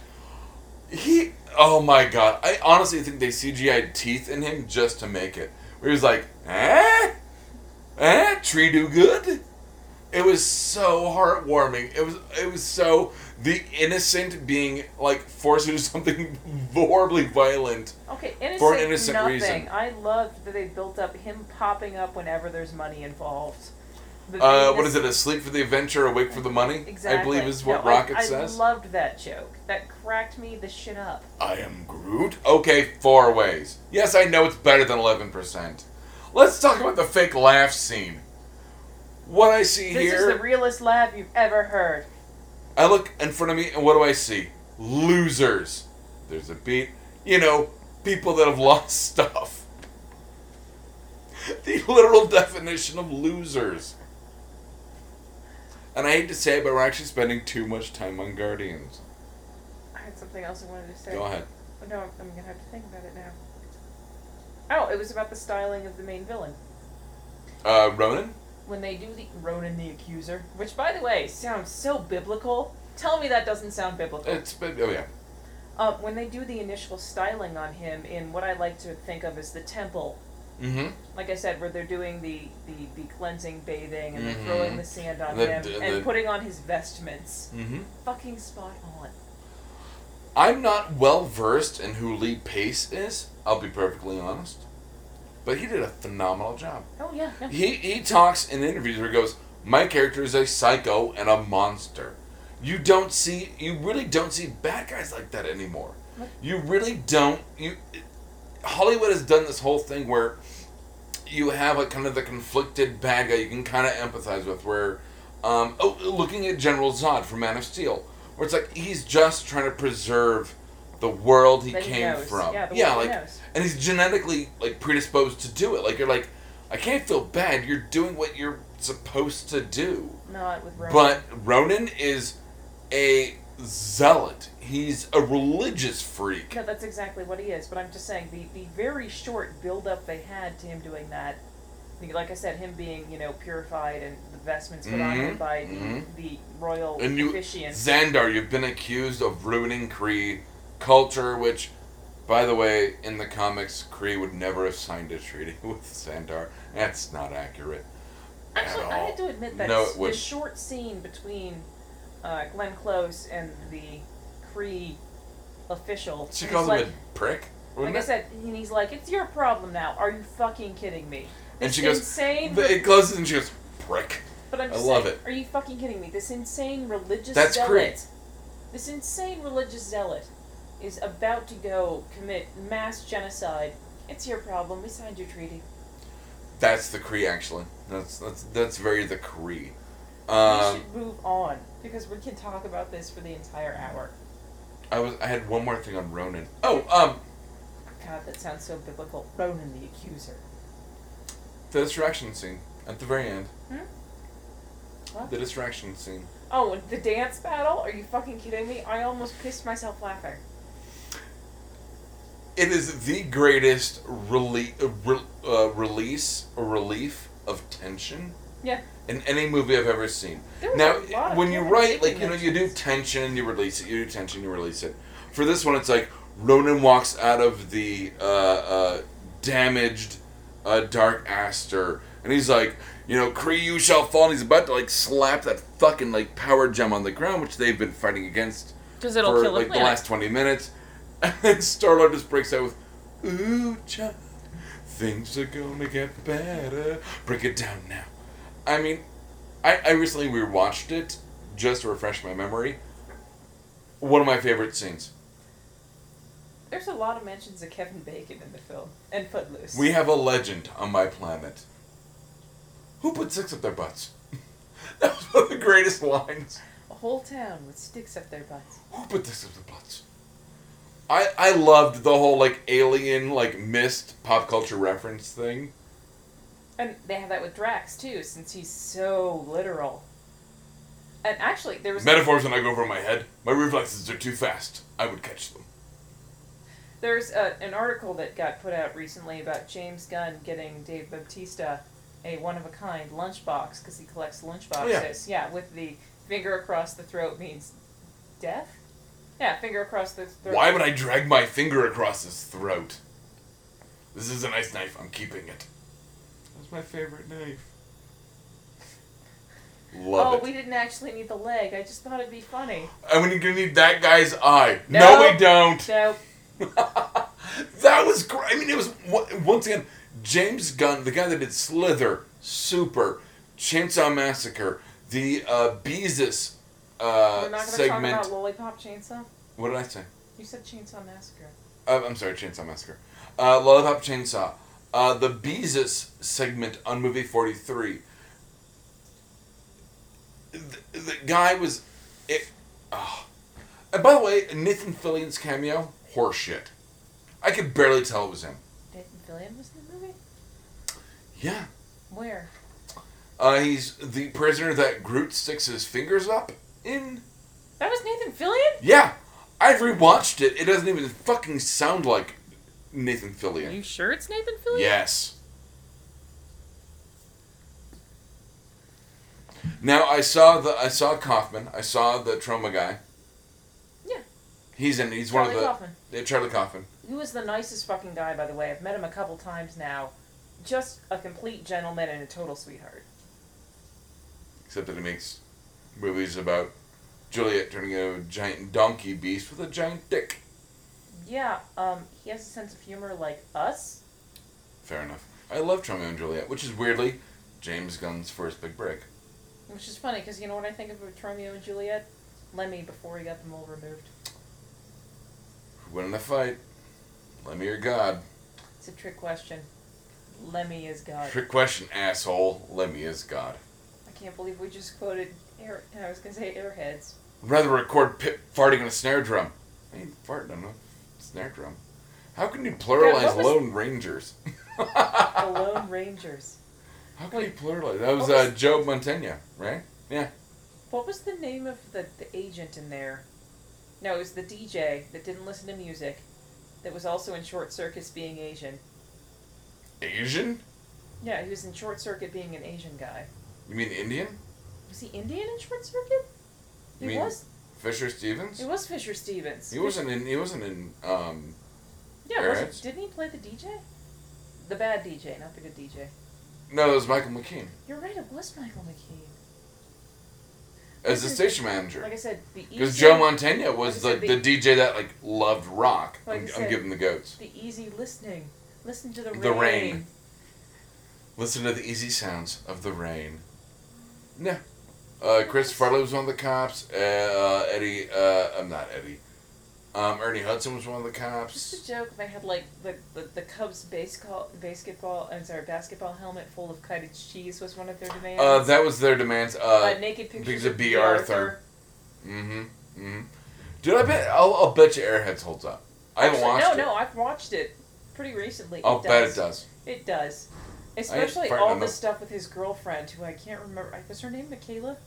He, oh my god! I honestly think they CGI'd teeth in him just to make it. Where he was like, eh, eh, tree do good. It was so heartwarming. It was it was so the innocent being like forced to do [laughs] something horribly violent. okay, innocent, for an innocent nothing. reason. I loved that they built up him popping up whenever there's money involved. The Uh, vagueness- what is it? Asleep for the adventure, awake for the money. Exactly. I believe is No, what Rocket I, says. I loved that joke. That cracked me the shit up. I am Groot? Okay, four ways. Yes, I know it's better than 11%. Let's talk about the fake laugh scene. What I see This is here, the realest laugh you've ever heard. I look in front of me and what do I see? [laughs] Losers. There's a beat. You know, people that have lost stuff. [laughs] the literal definition of losers. And I hate to say it, but we're actually spending too much time on Guardians. I had something else I wanted to say. Go ahead. Oh, No, I'm gonna have to think about it now. Oh, it was about the styling of the main villain. Uh, Ronan? When they do the Ronan the Accuser, which by the way sounds so biblical. Tell me that doesn't sound biblical. It's been, oh yeah. Uh, when they do the initial styling on him in what I like to think of as the temple, Mm-hmm. like I said, where they're doing the, the, the cleansing bathing and Mhm. they're throwing the sand on The- him the- and the- putting on his vestments. Mm-hmm. Fucking spot on. I'm not well versed in who Lee Pace is. I'll be perfectly honest, but he did a phenomenal job. Oh yeah. yeah. He he talks in interviews where he goes, "My character is a psycho and a monster." You don't see, you really don't see bad guys like that anymore. You really don't. You Hollywood has done this whole thing where you have like kind of the conflicted bad guy you can kind of empathize with. Where, um, oh, looking at General Zod from Man of Steel, where it's like he's just trying to preserve the world he That he came knows. from. Yeah, the world like he knows. and he's genetically like predisposed to do it. Like you're like, I can't feel bad. You're doing what you're supposed to do. Not with Ronan. But Ronan is a zealot. He's a religious freak. No, that's exactly what he is. But I'm just saying the, the very short build up they had to him doing that. the- Like I said, him being you know purified and the vestments put on him Mhm, by the, mhm. the royal And you, officiant. Xandar, you've been accused of ruining Kree culture, which, by the way, in the comics, Kree would never have signed a treaty [laughs] with Xandar. That's not accurate. at Actually, I all. had to admit that No, s- it would- the short scene between uh, Glenn Close and the Cree official. She and calls him he's like, a prick. like wasn't I it? said, and he's like, "It's your problem now. Are you fucking kidding me?" and This she goes, insane. but it closes and she goes, prick. But I'm I just love saying, it. Are you fucking kidding me? This insane religious That's zealot. great. This insane religious zealot is about to go commit mass genocide. It's your problem. We signed your treaty. That's the Cree, actually. That's that's that's very the Cree. we Um, should move on because we can talk about this for the entire hour. I was I had one more thing on Ronan. Oh, um, God, that sounds so biblical. Ronan the accuser. the distraction scene at the very end. Hmm? What? The distraction scene. Oh, and the dance battle? Are you fucking kidding me? I almost pissed myself laughing. It is the greatest rele- uh, re- uh, release or relief of tension Yeah. in any movie I've ever seen. There was Now, a lot of when you Kevin write, Bacon like you know, you do mentions. tension and you release it. You do tension, you release it. For this one, it's like Ronan walks out of the uh, uh, damaged uh, dark aster, and he's like, you know, Kree, you shall fall. And he's about to like slap that fucking like power gem on the ground, which they've been fighting against Because it'll for kill the like the planet. last twenty minutes, [laughs] and then Star Lord just breaks out with, "Ooh, child, things are gonna get better. Break it down now." I mean, I, I recently rewatched it just to refresh my memory. One of my favorite scenes. There's a lot of mentions of Kevin Bacon in the film. And Footloose. We have a legend on my planet. Who put six up their butts? [laughs] that was one of the greatest lines. a whole town with sticks up their butts. Who put this up the butts? I I loved the whole like alien like missed pop culture reference thing. And they have that with Drax, too, since he's so literal. And actually, there was. Metaphors when I go over my head. My reflexes are too fast. I would catch them. There's a, an article that got put out recently about James Gunn getting Dave Bautista a one of a kind lunchbox because he collects lunchboxes. Oh, yeah. yeah, with the finger across the throat means death. Yeah, finger across the throat. Why would I drag my finger across his throat? This is a nice knife. I'm keeping it. That's my favorite knife. Love oh, it. we didn't actually need the leg. I just thought it'd be funny. And we're gonna need that guy's eye. No, No. we don't. So that was great. I mean, it was o- once again James Gunn, the guy that did Slither, Super, Chainsaw Massacre, the uh, Beezus we're uh, not going to talk segment. about lollipop chainsaw. what did I say? You said chainsaw massacre. Uh, I'm sorry, Chainsaw Massacre. Uh, Lollipop Chainsaw. Uh, the Beezus segment on movie 43. The, the guy was. It, oh. And by the way, Nathan Fillion's cameo, horseshit. I could barely tell it was him. Nathan Fillion was in the movie. Yeah. Where? Uh, he's the prisoner that Groot sticks his fingers up in. That was Nathan Fillion? Yeah, I've rewatched it. It doesn't even fucking sound like Nathan Are Fillion. you sure it's Nathan Fillion? Yes. Now I saw the I saw Kaufman. I saw the trauma guy. Yeah. He's in. He's Charlie one of the Kaufman. yeah, Charlie Kaufman. He was the nicest fucking guy, by the way. I've met him a couple times now. Just a complete gentleman and a total sweetheart. Except that he makes movies about Juliet turning into a giant donkey beast with a giant dick. Yeah, um, he has a sense of humor like us. Fair enough. I love Romeo and Juliet, which is weirdly James Gunn's first big break. Which is funny because you know what I think of with Romeo and Juliet? Lemmy before he got them all removed. Who won in a fight? Lemmy or God? It's a trick question. Lemmy is God. Trick question, asshole. Lemmy is God. I can't believe we just quoted air. I was gonna say airheads. I'd rather record Pip farting on a snare drum. I ain't farting on a snare drum. How can you pluralize what was- Lone Rangers? [laughs] The How Lone Rangers. can you pluralize? That was What uh, was- Joe Montaigne, right? Yeah. What was the name of the, the agent in there? No, it was the DJ that didn't listen to music. That was also in Short Circuit being Asian. Asian? Yeah, he was in Short Circuit being an Asian guy. You mean Indian? Was he Indian in Short Circuit? He You mean- was. Fisher Stevens? He was Fisher Stevens. He wasn't in. He wasn't in. Um, Yeah, was Airheads? it, didn't he play the DJ? The bad DJ, not the good DJ. no, it was Michael McKean You're right. It was Michael McKean. as the This is- station manager. Like I said, the Because easy- Joe Montana was Like I the, said, the DJ that like loved rock. Like I I'm, I'm said, giving the goats. the easy listening. Listen to the rain. The rain. Listen to the easy sounds of the rain. No. Uh, Chris Farley was one of the cops. Uh, uh, Eddie, uh, I'm not Eddie. Um, Ernie Hudson was one of the Just [laughs] a cops. joke. They had like the, the, the Cubs baseball basketball. I'm sorry, basketball helmet full of cottage cheese was one of their demands. Uh, that was their demands. Uh, Uh, naked pictures, because of of B. B. Arthur. mm-hmm, mm-hmm. Dude, I bet I'll, I'll bet you Airheads holds up. I haven't Actually, watched no, it. no, I've watched it pretty recently. I'll it bet does. it does. It does. Especially farting all on the the- stuff with his girlfriend, who I can't remember. I- Was her name Michaela?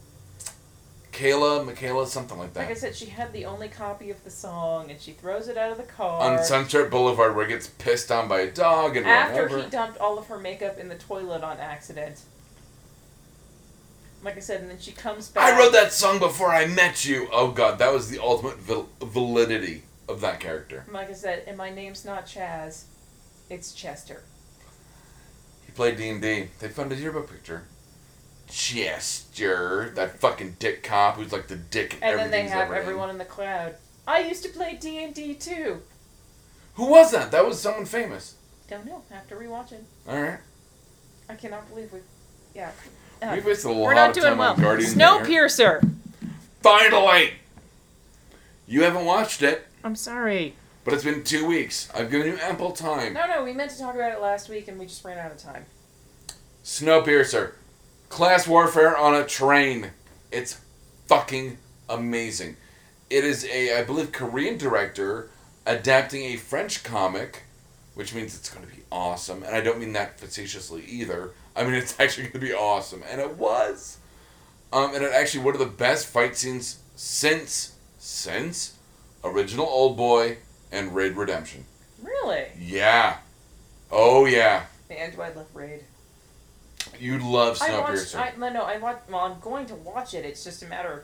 Kayla, Michaela, something like that. Like I said, she had the only copy of the song, and she throws it out of the car. on Sunset Boulevard where it gets pissed on by a dog and after whatever. he dumped all of her makeup in the toilet on accident. Like I said, and then she comes back. I wrote that song before I met you. Oh god, that was the ultimate val- validity of that character. Like I said, and my name's not Chaz, it's Chester. He played D and D. They found his yearbook picture. Chester, that fucking dick cop who's like the dick. in And then they everything's have ever in. everyone in the cloud. I used to play D and D too. Who was that? That was someone famous. Don't know. Have to rewatch it. All right, I cannot believe we. Yeah. Uh, we wasted a lot we're not of doing time well. on Guardians. of the Air- Snowpiercer. Finally, you haven't watched it, I'm sorry. but it's been two weeks. I've given you ample time. No, no, we meant to talk about it last week and we just ran out of time. Snowpiercer. Class warfare on a train. It's fucking amazing. It is a, I believe, Korean director adapting a French comic, which means it's going to be awesome. And I don't mean that facetiously either. I mean, [laughs] it's actually going to be awesome. And it was. Um, and it actually, one of the best fight scenes since, since original Old Boy and Raid Redemption. Really? Yeah. Oh, yeah. Man, do I love Raid. You love Snowpiercer. I watched. I, no, no, I watched. Well, I'm going to watch it. It's just a matter of,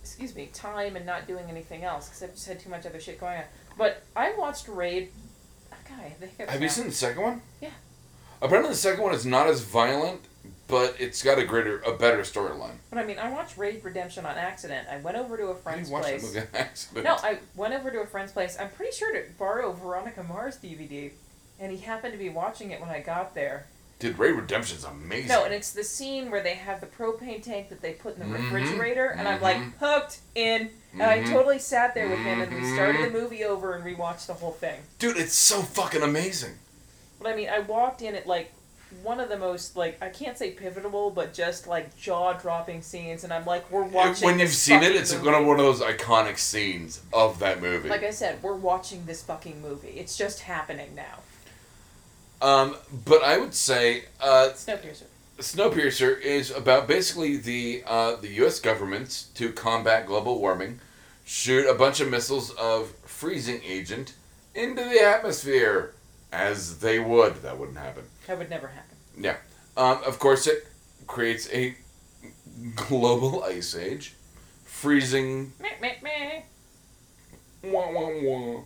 excuse me, time and not doing anything else because I've just had too much other shit going on. But I watched Raid. ah, God, I have the hiccups Have you now. seen the second one? Yeah. Apparently, the second one is not as violent, but it's got a greater, a better storyline. But I mean, I watched Raid Redemption on accident. I went over to a I didn't friend's watch that place. movie [laughs] on accident. No, I went over to a friend's place. I'm pretty sure to borrow Veronica Mars DVD, and he happened to be watching it when I got there. Dude, Ray Redemption's amazing. No, and it's the scene where they have the propane tank that they put in the Mhm. refrigerator, and I'm like Mhm. hooked in. And I Mhm. totally sat there with him, and we started Mhm. the movie over and rewatched the whole thing. Dude, it's so fucking amazing. But I mean, I walked in at like one of the most like I can't say pivotal, but just like jaw dropping scenes, and I'm like, we're watching. Uh, when you've this seen it, fucking it's movie. gonna one of those iconic scenes of that movie. Like I said, we're watching this fucking movie. It's just happening now. Um, but I would say uh, Snowpiercer. Snowpiercer is about basically the uh, the U.S. government to combat global warming, shoot a bunch of missiles of freezing agent into the atmosphere, as they would. That wouldn't happen. That would never happen. Yeah. Um, of course, it creates a global [laughs] ice age, freezing. Meh, meh, meh. Wah, wah, wah.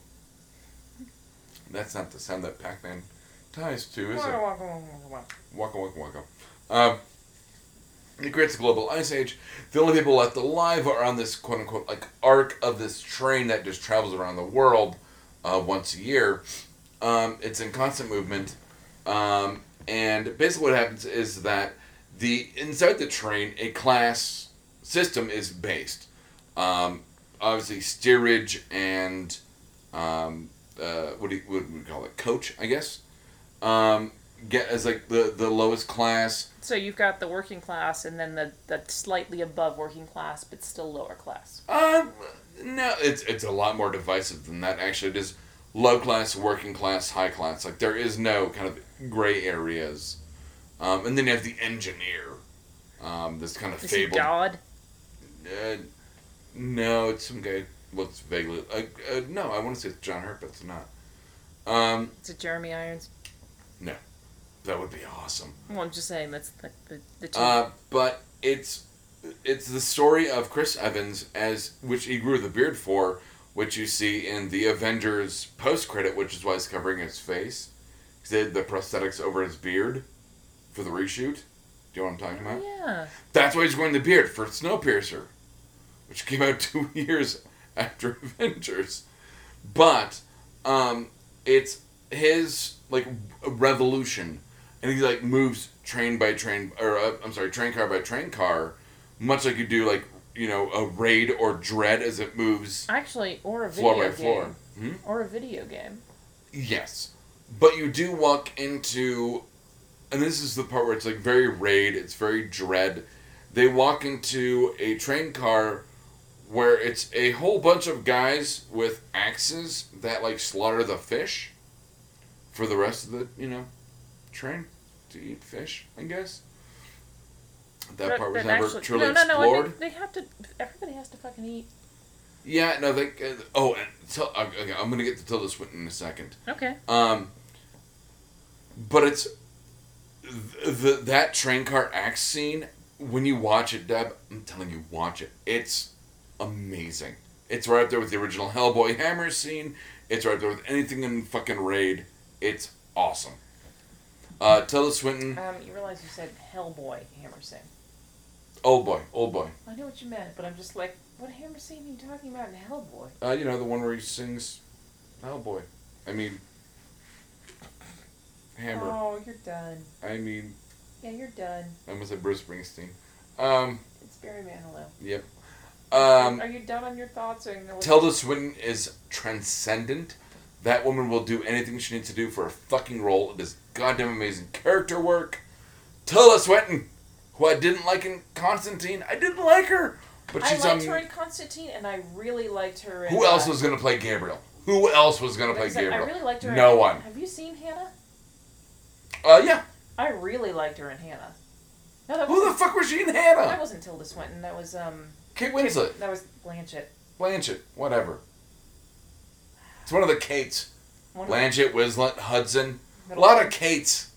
That's not the sound that Pac-Man ties to, is it? Wah, wah, wah, wah, wah. Waka waka waka. Um, it creates a global ice age. The only people left alive are on this quote unquote like arc of this train that just travels around the world uh, once a year. Um, it's in constant movement, um, and basically what happens is that the inside the train a class system is based. Um, obviously steerage and um, uh, what do you, what do we call it? Coach, I guess. Um, get as like the the lowest class. So you've got the working class and then the, the slightly above working class but still lower class. Um, no, it's it's a lot more divisive than that. Actually, it is low class, working class, high class. Like there is no kind of gray areas. Um, and then you have the engineer. Um, this kind of Is fabled. he God? Uh, no, it's some guy looks vaguely. Uh, uh, no, I want to say it's John Hurt, but it's not. Um, Is it Jeremy Irons? that would be awesome. Well, I'm just saying that's like the, the two. Uh, but it's it's the story of Chris Evans as which he grew the beard for, which you see in the Avengers post credit, which is why it's covering his face. 'Cause They did the prosthetics over his beard for the reshoot. Do you know what I'm talking about? yeah. That's why he's growing the beard for Snowpiercer, which came out [laughs] two years after [laughs] Avengers. But um, it's his like revolution, and he like moves train by train, or uh, I'm sorry, train car by train car, much like you do like you know a raid or dread as it moves Actually, or a video floor by game. floor. Hmm? Or a video game. Yes. But you do walk into and this is the part where it's like very raid, it's very dread. They walk into a train car where it's a whole bunch of guys with axes that like slaughter the fish for the rest of the, you know, train to eat fish, I guess. That But- part was but never actually- truly no, no, no, I explored. think They have to. Everybody has to fucking eat. Yeah, no, they. Uh, oh, and till, okay, I'm gonna get to Tilda Swinton in a second. Okay. Um, but it's th- the that train car axe scene. When you watch it, Deb, I'm telling you, watch it. It's amazing. It's right up there with the original Hellboy hammer scene. It's right up there with anything in fucking Raid. It's awesome. Uh, Tilda Swinton. Um, you realize you said Hellboy hammer scene. Oh boy, old boy. I know what you meant, but I'm just like, what hammer scene are you talking about in Hellboy? Uh, you know the one where he sings Hellboy. I mean, hammer. Oh, you're done. I mean, Yeah, you're done. I almost said Bruce Springsteen. Um, It's Barry Manilow. yep. Um, are you done on your thoughts? Or you know, Tilda Swinton is transcendent. That woman will do anything she needs to do for a fucking role. It is goddamn amazing character work. Tilda Swinton, who I didn't like in Constantine, I didn't like her, but I she's liked um. her in Constantine, and I really liked her in. Who else was gonna play Gabriel? Who else was gonna uh, play I Gabriel? really liked her. No in, one. Have you seen Hannah? Uh, yeah. I really liked her in Hannah. No, that Who wasn't, the fuck was she in that Hannah? wasn't Tilda Swinton. That was um. Kate Winslet, That was Blanchett. Blanchett, whatever. It's one of the Kates. One Blanchett, Winslet, Hudson. of, A lot of Kates.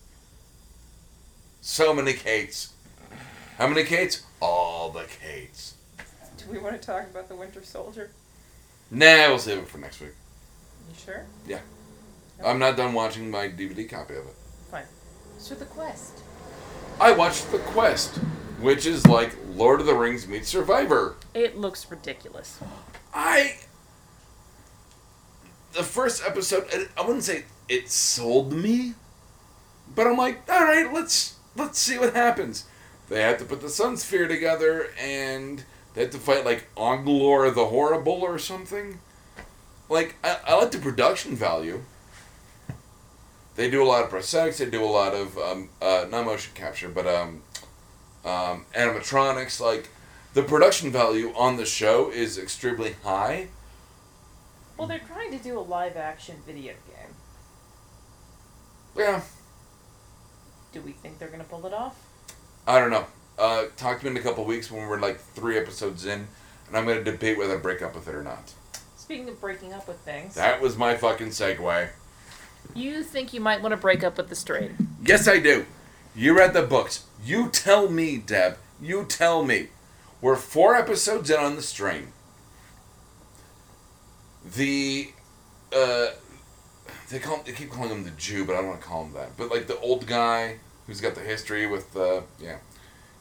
So many Kates. How many Kates? All the Kates. Do we want to talk about the Winter Soldier? Nah, we'll save it for next week. You sure? I'm not done watching my DVD copy of it. So the quest. I watched The Quest, which is like Lord of the Rings meets Survivor. It looks ridiculous. I. The first episode, I- I wouldn't say it sold me, but I'm like, all right, let's let's see what happens. They have to put the Sun Sphere together, and they have to fight like Anglor the Horrible or something. Like I, I like the production value. They do a lot of prosthetics. They do a lot of um, uh, not motion capture, but um, um, animatronics. Like the production value on the show is extremely high. Well, they're trying to do a live action video game. Yeah. Do we think they're gonna pull it off? I don't know. Uh, talk to me in a couple weeks when we're like three episodes in, and I'm gonna debate whether I break up with it or not. Speaking of breaking up with things, That was my fucking segue. you think you might want to break up with the straight. Yes, I do. You read the books. You tell me, Deb. You tell me. We're four episodes in on the strain. The, uh, they call they keep calling him the Jew, but I don't want to call him that. But like the old guy who's got the history with the yeah,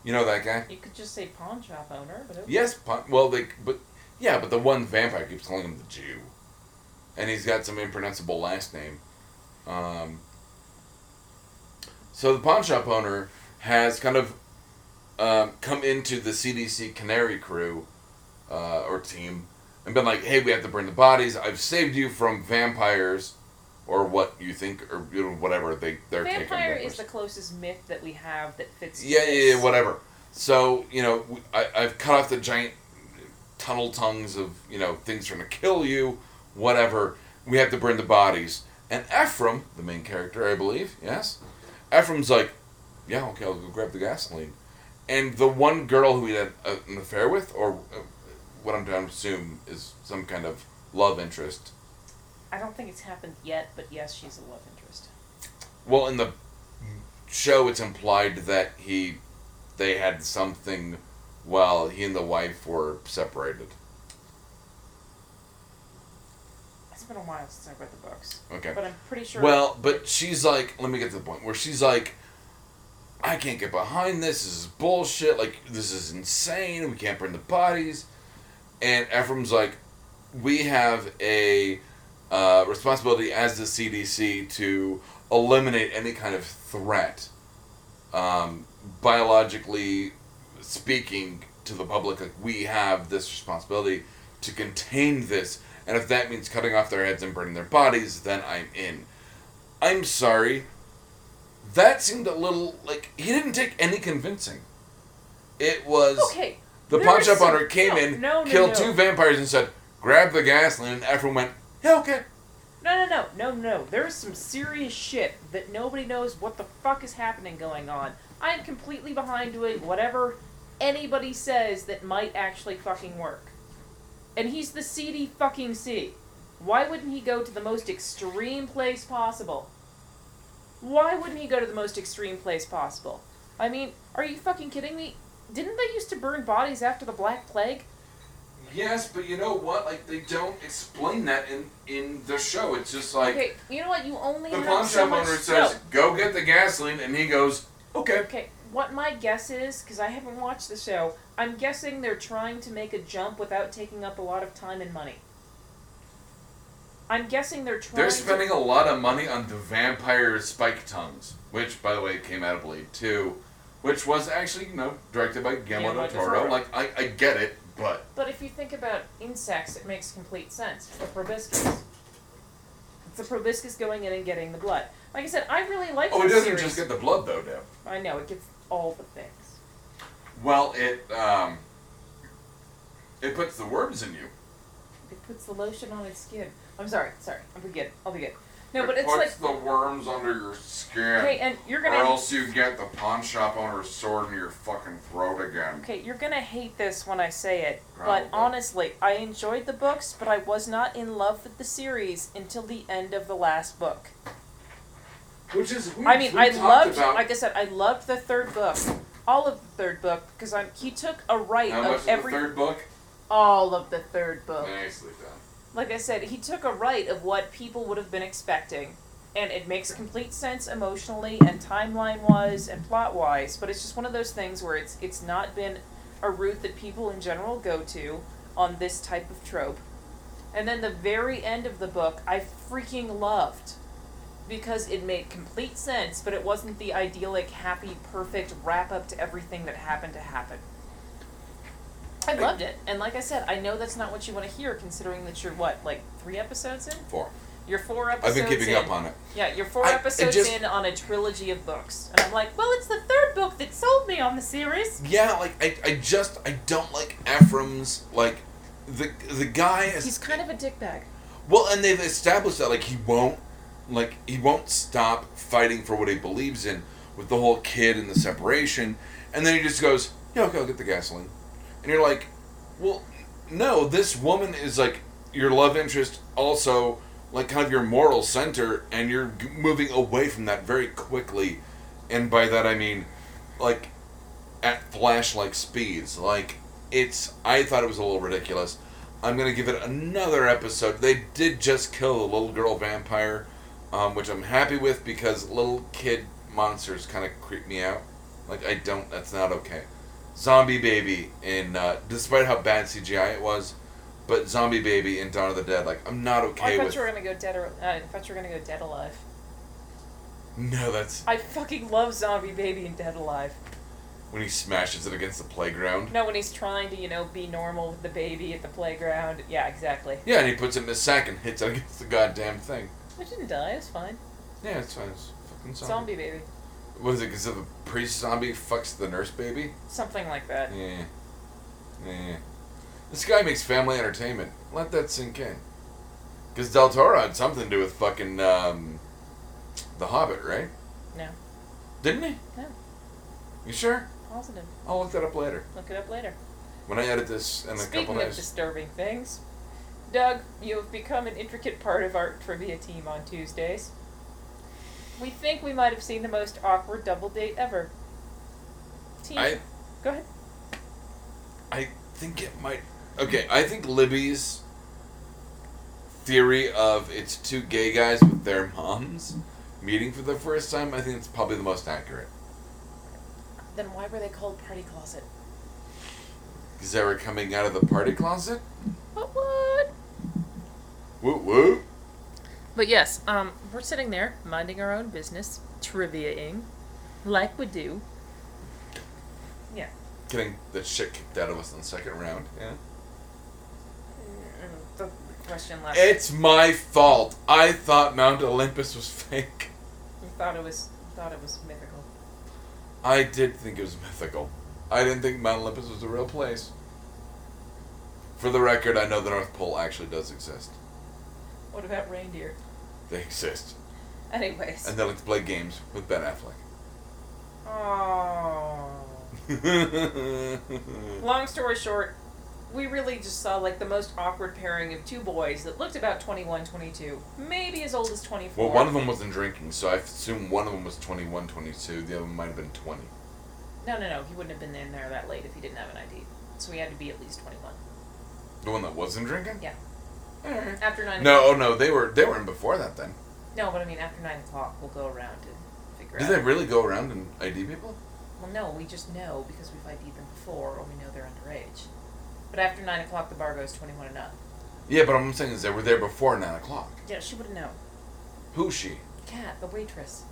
you know that guy. You could just say pawn shop owner, but it, Yes, pun- well they but yeah, but the one vampire keeps calling him the Jew, and he's got some impronounceable last name. Um, so the pawn shop owner has kind of um, come into the CDC Canary Crew uh, or team and been like, "Hey, we have to burn the bodies. I've saved you from vampires." Or what you think, or you know, whatever they they're taking. vampire vampires. is the closest myth that we have that fits. Yeah, yeah, this. yeah, whatever. So, you know, w- I, have cut off the giant tunnel tongues of, you know, things are going to kill you, whatever. We have to burn the bodies. And Ephraim, the main character, I believe, yes? Ephraim's like, yeah, okay, I'll go grab the gasoline. And the one girl who he had uh, an affair with, or uh, what I'm trying to assume is some kind of love interest. I don't think it's happened yet, but yes, she's a love interest. Well, in the show, it's implied that he, they had something while he and the wife were separated. It's been a while since I read the books, Okay. but I'm pretty sure. Well, but she's like, let me get to the point where she's like, I can't get behind this. This is bullshit. Like, this is insane. We can't burn the bodies. And Ephraim's like, we have a uh, responsibility as the CDC to eliminate any kind of threat, um, biologically speaking, to the public. Like, we have this responsibility to contain this. And if that means cutting off their heads and burning their bodies, then I'm in. I'm sorry. That seemed a little like he didn't take any convincing. It was okay. the there pawn is shop some- owner came no, in, no, no, killed no. two vampires, and said, "Grab the gasoline." And Ephraim went, "Yeah, okay." No, no, no, no, no. There's some serious shit that nobody knows what the fuck is happening going on. I'm completely behind doing whatever anybody says that might actually fucking work. And he's the CD fucking C. Why wouldn't he go to the most extreme place possible? Why wouldn't he go to the most extreme place possible? I mean, are you fucking kidding me? Didn't they used to burn bodies after the Black Plague? Yes, but you know what? Like they don't explain that in in the show. It's just like okay, you know what? You only the have pawn so shop much owner no. says, "Go get the gasoline," and he goes, "Okay." Okay, what my guess is, because I haven't watched the show, I'm guessing they're trying to make a jump without taking up a lot of time and money. I'm guessing they're trying. They're to- spending a lot of money on the vampire spike tongues, which, by the way, came out of Blade 2, which was actually, you know, directed by Guillermo Guillermo del del Toro. Toro. Like, I, I get it, but. But if you think about insects, it makes complete sense. It's the proboscis. It's the proboscis going in and getting the blood. Like I said, I really like Oh, it this doesn't series. just get the blood, though, Deb. I know it gets all the things. Well, it, um. It puts the worms in you. It puts the lotion on its skin. I'm sorry, sorry. I'll be good. I'll be good. No, it but it's puts like the worms under your skin. okay, and you're or gonna else you get the pawn shop owner's sword in your fucking throat again. Okay, you're gonna hate this when I say it, Probably. but honestly, I enjoyed the books, but I was not in love with the series until the end of the last book. Which is weird. I mean, we I talked loved, about like I said, I loved the third book, all of the third book, because I'm he took a right how of much of every the third book? all of the third book. Nicely done. Like I said, he took a right of what people would have been expecting, and it makes complete sense emotionally and timeline wise and plot wise. But it's just one of those things where it's it's not been a route that people in general go to on this type of trope. And then the very end of the book, I freaking loved because it made complete sense, but it wasn't the idyllic, happy, perfect wrap up to everything that happened to happen. I loved it. And like I said, I know that's not what you want to hear considering that you're what, like three episodes in? Four. You're four I've episodes been keeping in. up on it. Yeah, you're four I- it episodes just- in on a trilogy of books. And I'm like, well, it's the third book that sold me on the series. Yeah, like I, I just I don't like Ephraim's like the the guy is He's kind of a dickbag. well and they've established that like he won't like he won't stop fighting for what he believes in, with the whole kid and the separation, and then he just goes, "Yeah, okay, I'll get the gasoline," and you're like, "Well, no, this woman is like your love interest, also like kind of your moral center, and you're g- moving away from that very quickly, and by that I mean, like, at flash-like speeds. Like, it's I thought it was a little ridiculous." I'm gonna give it another episode. They did just kill the little girl vampire, um, which I'm happy with because little kid monsters kind of creep me out. Like I don't. That's not okay. Zombie Baby in uh, despite how bad CGI it was, but Zombie Baby in Dawn of the Dead. Like I'm not I okay thought with. you were gonna go dead. Or, uh, I thought you were gonna go dead alive. No, that's I fucking love Zombie Baby and Dead Alive. when he smashes it against the playground. No, when he's trying to, you know, be normal with the baby at the playground. Yeah, exactly. Yeah, and he puts it in his sack and hits it against the goddamn thing. Which didn't die. It was fine. Yeah, it's fine. It's fucking Zombie, zombie. baby, What is it? Because the priest zombie fucks the nurse baby. something like that. Yeah. Yeah. This guy makes family entertainment. Let that sink in. Because Del Toro had something to do with fucking um, The Hobbit, right? No, Didn't he? No. You sure? positive. I'll look that up later. Look it up later. When I edit this in a Speaking couple of days. disturbing things, Doug, you have become an intricate part of our trivia team on Tuesdays. We think we might have seen the most awkward double date ever. Team, I go ahead. I think it might. Okay, I think Libby's theory of it's two gay guys with their moms meeting for the first time. I think it's probably the most accurate. Then why were they called party closet? Because they were coming out of the party closet. What what? Woot woot. But yes, um, we're sitting there minding our own business, triviaing, like we do. Yeah. getting the shit kicked out of us in the second round. Yeah. Mm, The question left. It's my fault. I thought Mount Olympus was [laughs] fake. You thought it was thought it was mythical. I did think it was mythical. I didn't think Mount Olympus was a real place. For the record, I know the North Pole actually does exist. What about reindeer? They exist. Anyways. And they like to play games with Ben [laughs] Oh. Affleck. Long story short, we really just saw like the most awkward pairing of two boys that looked about 21, 22, maybe as old as 24. well, one of them wasn't drinking, so I assume one of them was 21, 22. The other one might have been 20. No, no, no. He wouldn't have been in there that late if he didn't have an ID. So he had to be at least 21. The one that wasn't drinking? Yeah. Alright. After 9 Mm-hmm. No, oh no, they were they were in before that then. No, but I mean, after 9 o'clock, we'll go around and figure Do out. they really go around and ID people? Well, no, we just know because we've ID'd them before or we know they're underage. But after 9 o'clock, the bar goes 21 and up. Yeah, but I'm saying is they were there before nine o'clock. Yeah, she would have known. Who's she? Kat, the waitress.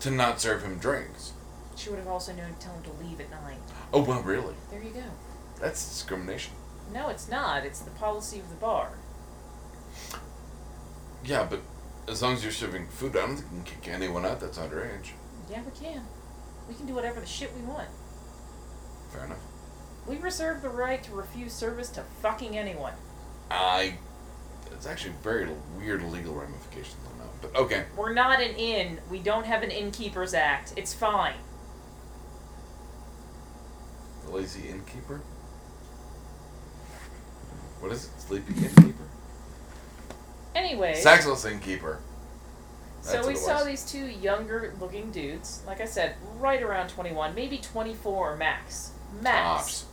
To not serve him drinks. She would have also known to tell him to leave at 9. Oh well, really? There you go. That's discrimination. No, it's not. It's the policy of the bar. Yeah, but as long as you're serving food, I don't think you can kick anyone out that's underage. Yeah, we can. We can do whatever the shit we want. Fair enough. We reserve the right to refuse service to fucking anyone. I. It's actually very weird legal ramifications on that, but okay. We're not an inn. We don't have an innkeeper's act. It's fine. The lazy innkeeper. What is it? Sleepy innkeeper. Anyway, Sexless innkeeper. That's so we what it saw was. these two younger looking dudes, like I said, right around 21, maybe 24 max. Max. Tops.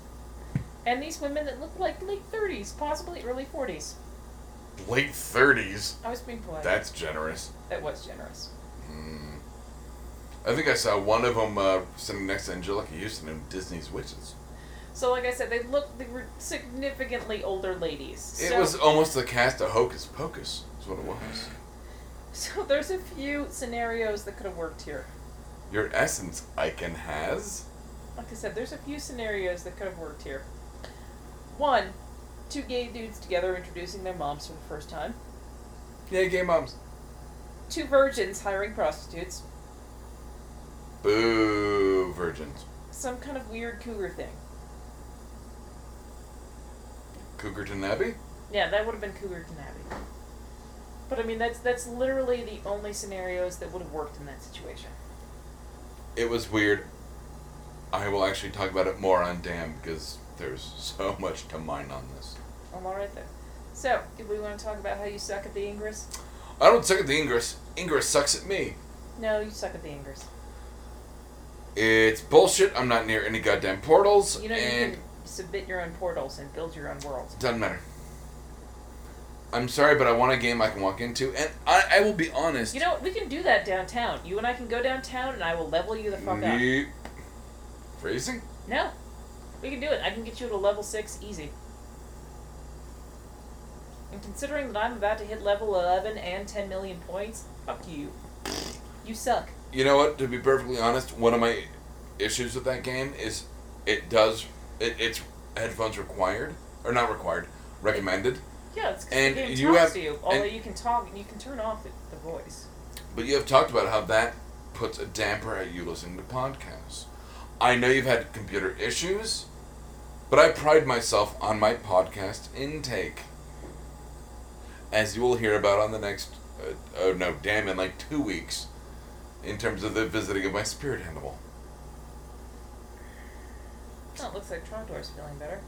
And these women that looked like late 30s, possibly early 40s. Late thirties. I was being polite. That's generous. that was generous. Mm. I think I saw one of them uh, sitting next to Angelica Houston in Disney's Witches. So, like I said, they looked they were significantly older ladies. It so, was almost the cast of Hocus Pocus, is what it was. [laughs] so there's a few scenarios that could have worked here. Your essence, Icon has. Like I said, there's a few scenarios that could have worked here. One, two gay dudes together introducing their moms for the first time. Yay, gay moms. Two virgins hiring prostitutes. Boo, virgins. Some kind of weird cougar thing. Cougarton Abbey? Yeah, that would have been Cougar Canabby. But I mean, that's that's literally the only scenarios that would have worked in that situation. It was weird. I will actually talk about it more on Damn because there's [laughs] so much to mine on this. I'm all right there. So, do we want to talk about how you suck at the Ingress? I don't suck at the Ingress. Ingress sucks at me. No, you suck at the Ingress. It's bullshit. I'm not near any goddamn portals. You know, and you can submit your own portals and build your own worlds. Doesn't matter. I'm sorry, but I want a game I can walk into, and I, I will be honest. You know, what? we can do that downtown. You and I can go downtown, and I will level you the fuck up. Nope. Phrasing? No, we can do it. I can get you to level six easy. And considering that I'm about to hit level eleven and ten million points, fuck you. You suck. You know what? To be perfectly honest, one of my issues with that game is it does it, it's headphones required or not required, recommended. Yeah, it's 'cause And the game you talks have- to you. Although and- you can talk, you can turn off it, the voice. But you have talked about how that puts a damper at you listening to podcasts. I know you've had computer issues, but I pride myself on my podcast intake. As you will hear about on the next, uh, oh no, damn, in like two weeks, in terms of the visiting of my spirit animal. Oh, it looks like Trondor's feeling better.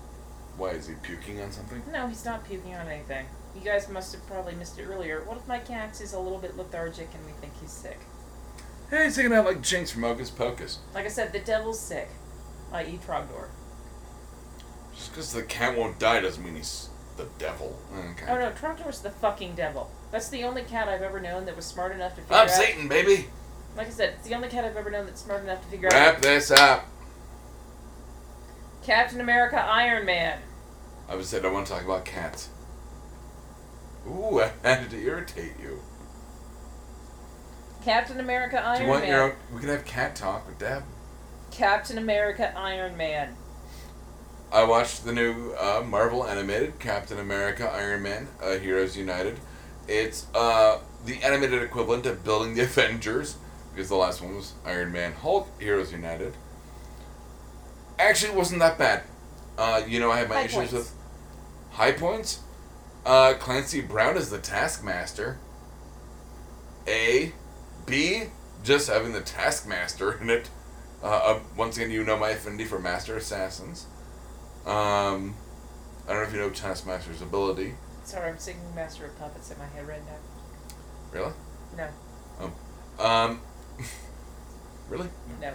Why is he puking on something? No, he's not puking on anything. You guys must have probably missed it earlier. One of my cats is a little bit lethargic, and we think he's sick. Hey, he's taking out like Jinx from Hocus Pocus. Like I said, the devil's sick, i.e. Trogdor. Just because the cat won't die doesn't mean he's the devil. Okay. Oh no, Trogdor's the fucking devil. That's the only cat I've ever known that was smart enough to figure I'm out. Satan, baby! Like I said, it's the only cat I've ever known that's smart enough to figure Wrap out. this up. Captain America, Iron Man. I was said I want to talk about cats. Ooh, [laughs] I had to irritate you. Captain America, Iron Do you want Man. your own? We can have cat talk with Deb. Captain America, Iron Man. I watched the new uh, Marvel animated Captain America, Iron Man, uh, Heroes United. It's uh, the animated equivalent of building the [laughs] Avengers because the last one was Iron Man, Hulk, Heroes United. Actually, it wasn't that bad. Uh, you know, I had my High issues points. with high points. Uh, Clancy Brown is the Taskmaster. A, B, just having the Taskmaster in it. Uh, uh, once again, you know my affinity for Master Assassins. Um, I don't know if you know Taskmaster's ability. Sorry, I'm singing Master of Puppets in my head right now. Really? No, Um, [laughs] really? no.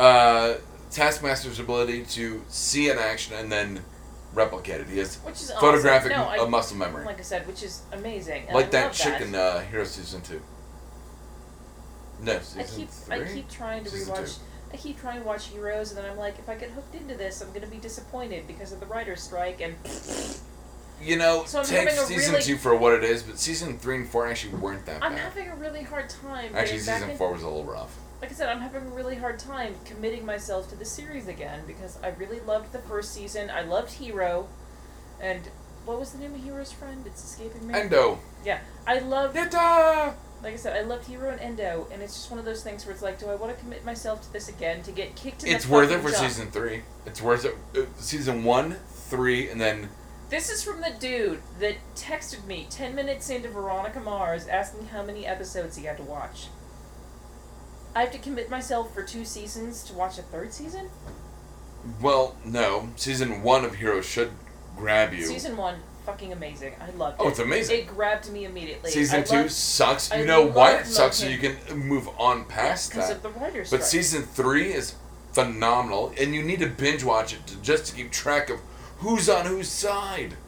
Uh, Taskmaster's ability to see an action and then replicate it. He has Which is photographic awesome. No, I, uh, muscle memory. like I said, which is amazing. and I like that love chick in uh, Hero Season 2. No, I Season keep 3? I keep trying to Season rewatch. I keep trying to watch Heroes, and then I'm like, if I get hooked into this, I'm gonna be disappointed because of the writer's strike. And You know, So I'm take having a Season really- 2 for what it is, but Season 3 and 4 actually weren't that I'm bad. having a really hard time. Actually, getting back Season in- 4 was a little rough. like I said, I'm having a really hard time committing myself to the series again because I really loved the first season. I loved Hero, and what was the name of Hero's friend? It's escaping me. Endo! yeah, I loved. Nita! Like I said, I loved Hero and Endo, and it's just one of those things where it's like, do I want to commit myself to this again to get kicked in the It's worth it fucking for junk? Season 3. It's worth it. uh, Season 1, 3, and then This is from the dude that texted me 10 minutes into Veronica Mars asking how many episodes he had to watch. I have to commit myself for two seasons to watch a third season? Well, no. Season one of Heroes should grab you. Season one, fucking amazing. I loved it. oh, it's amazing. It grabbed me immediately. season I two loved, sucks. You I know why it loved sucks, so you Loki. can move on past because that. of the writer's But strike. season three is phenomenal, and you need to binge watch it to, just to keep track of who's on whose side.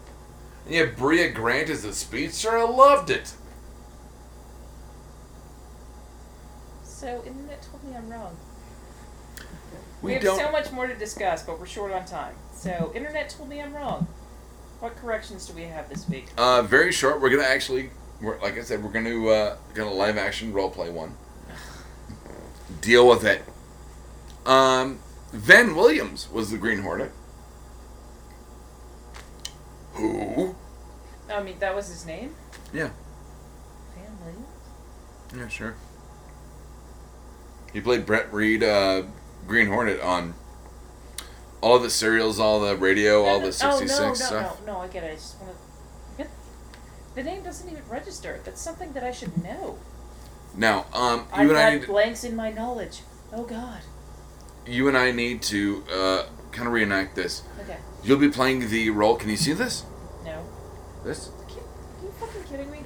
And yeah, Bria Grant is a speedster. I loved it. So, internet told me I'm wrong. We, have don't. so much more to discuss, but we're short on time. So, internet told me I'm wrong. What corrections do we have this week? uh, very short. We're gonna actually, we're, like I said, we're gonna uh, gonna live action role play one. Deal with it. Um, Van Williams was the Green Hornet. Who? I mean, that was his name? Yeah. Van Williams? Yeah, sure. He played Brett Reed, uh, Green Hornet on all the serials, all the radio, all the '66 oh, no, no, stuff. No, no, I get it. I just want to. The name doesn't even register. That's something that I should know. Now, um, you I've and I got need to- blanks in my knowledge. Oh God. You and I need to uh, kind of reenact this. Okay. You'll be playing the role. Can you see this? No. This? Are you, are you fucking kidding [coughs] me?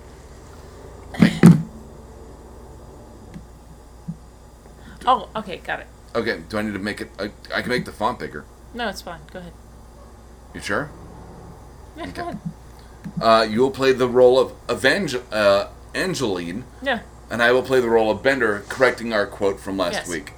oh, okay, got it. Okay. Do I need to make it? I, I can make the font bigger. No, it's fine. Go ahead. [laughs] You sure? Yeah, Okay. go ahead. Uh, you will play the role of Evangel- uh, Angeline, Yeah. and I will play the role of Bender, correcting our quote from last Yes. week.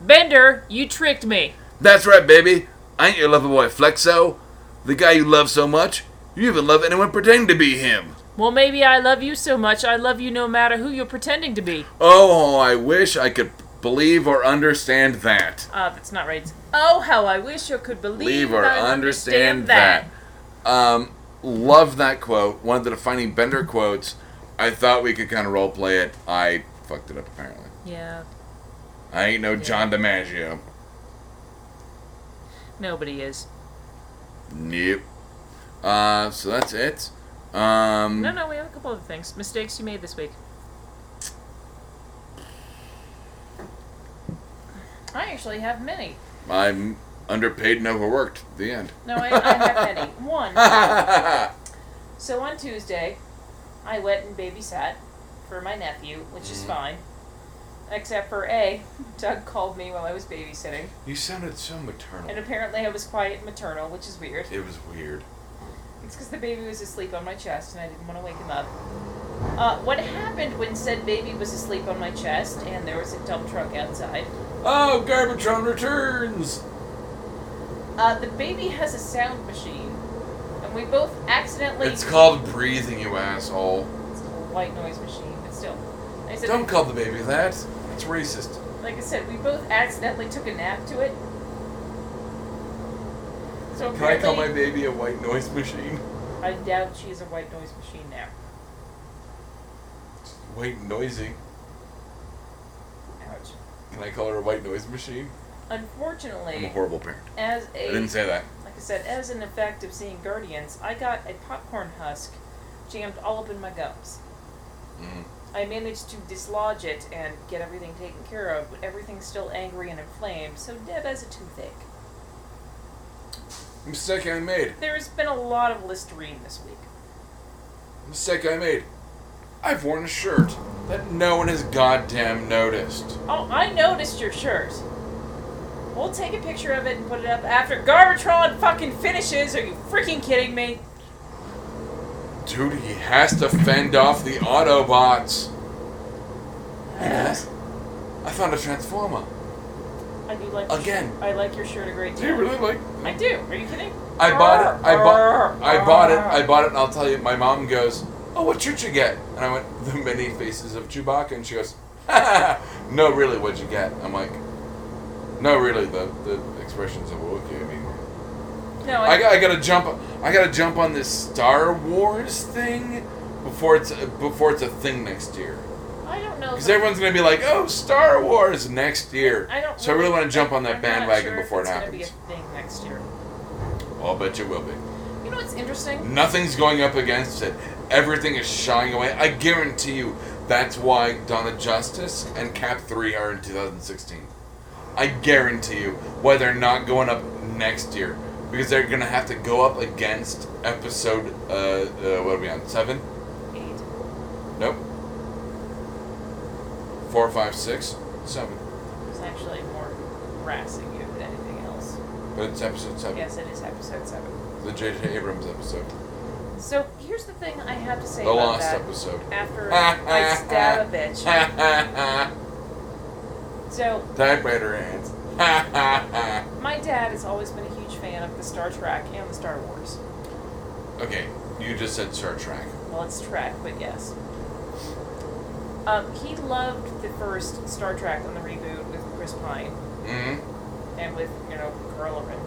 Bender, you tricked me. That's right, baby. I ain't your lover boy, Flexo. The guy you love so much, you even love anyone pretending to be him. Well, maybe I love you so much. I love you no matter who you're pretending to be. Oh, I wish I could believe or understand that. Ah, that's not right. Oh, how I wish you could believe, Believe or I understand that. Um, love that quote. One of the defining Bender quotes. I thought we could kind of role play it. I fucked it up apparently. Yeah, I ain't no John DiMaggio. nobody is. Nope. Uh, so that's it. Um, No, no, we have a couple of things. Mistakes you made this week. I actually have many. I'm underpaid and overworked. The end. [laughs] No, I, I have many. One. That's So on Tuesday, I went and babysat for my nephew, which is Mhm. fine. Except for A, [laughs] Doug called me while I was babysitting. You sounded so maternal. And apparently I was quiet and maternal, which is weird. It was weird. It's because the baby was asleep on my chest and I didn't want to wake him up. Uh, what happened when said baby was asleep on my chest and there was a dump truck outside? Oh, Garbatron returns! Uh, the baby has a sound machine, and we both accidentally. It's called breathing, you asshole. It's called a white noise machine, but still. I said, Don't call the baby that. It's racist. like I said, we both accidentally took a nap to it. So Can I call my apparently- baby a white noise machine? I doubt she's a white noise machine now. White noisy. Ouch. Can I call her a white noise machine? I'm a Unfortunately, horrible parent. as I a didn't say that. Like I said, as an effect of seeing Guardians, I got a popcorn husk jammed all up in my gums. Mm. I managed to dislodge it and get everything taken care of, but everything's still angry and inflamed, so Deb has a toothache. Mistake I made. There's been a lot of Listerine this week. Mistake I made. I've worn a shirt that no one has goddamn noticed. Oh, I noticed your shirt. We'll take a picture of it and put it up after Garbotron fucking finishes. Are you freaking kidding me? Dude, he has to fend off the Autobots. Hey guys, I found a Transformer. I do like Again. Your shirt. I like your shirt a great Do you deal. really like? I do. Are you kidding? I bought it. I bought. I bought it. I bought it, and I'll tell you. My mom goes, "Oh, what shirt you get?" And I went, "The many faces of Chewbacca," and she goes, [laughs] "No, really, what'd you get?" I'm like, "No, really, the the expressions of Wookiee." I mean, No, I got I gotta jump. I gotta jump on this Star Wars thing before it's before it's a thing next year. I don't know. Because if- everyone's gonna be like, "Oh, Star Wars next year." I don't. so I really want to jump on I'm that not bandwagon sure if before it it's gonna be happens. a thing next year. I'll bet you will be. You know what's interesting? Nothing's going up against it. Everything is shying away. I guarantee you that's why Donna Justice and Cap 3 are in 2016. I guarantee you why they're not going up next year. Because they're going to have to go up against episode, uh, uh, what are we on? Seven? Mm-hmm. Eight. Nope. Four, five, six, seven. It's actually more harassing you than anything else. But it's episode seven. Yes, it is episode seven. The J.J. Abrams episode. So here's the thing I have to say The about lost that. episode. [laughs] After I stab a bitch, so Typewriter hands. [laughs] my dad has always been a huge fan of the Star Trek and the Star Wars. okay, you just said Star Trek. Well, it's Trek, but yes. Um, he loved the first Star Trek on the reboot with Chris Pine. Mm-hmm. and with you know Garlerin.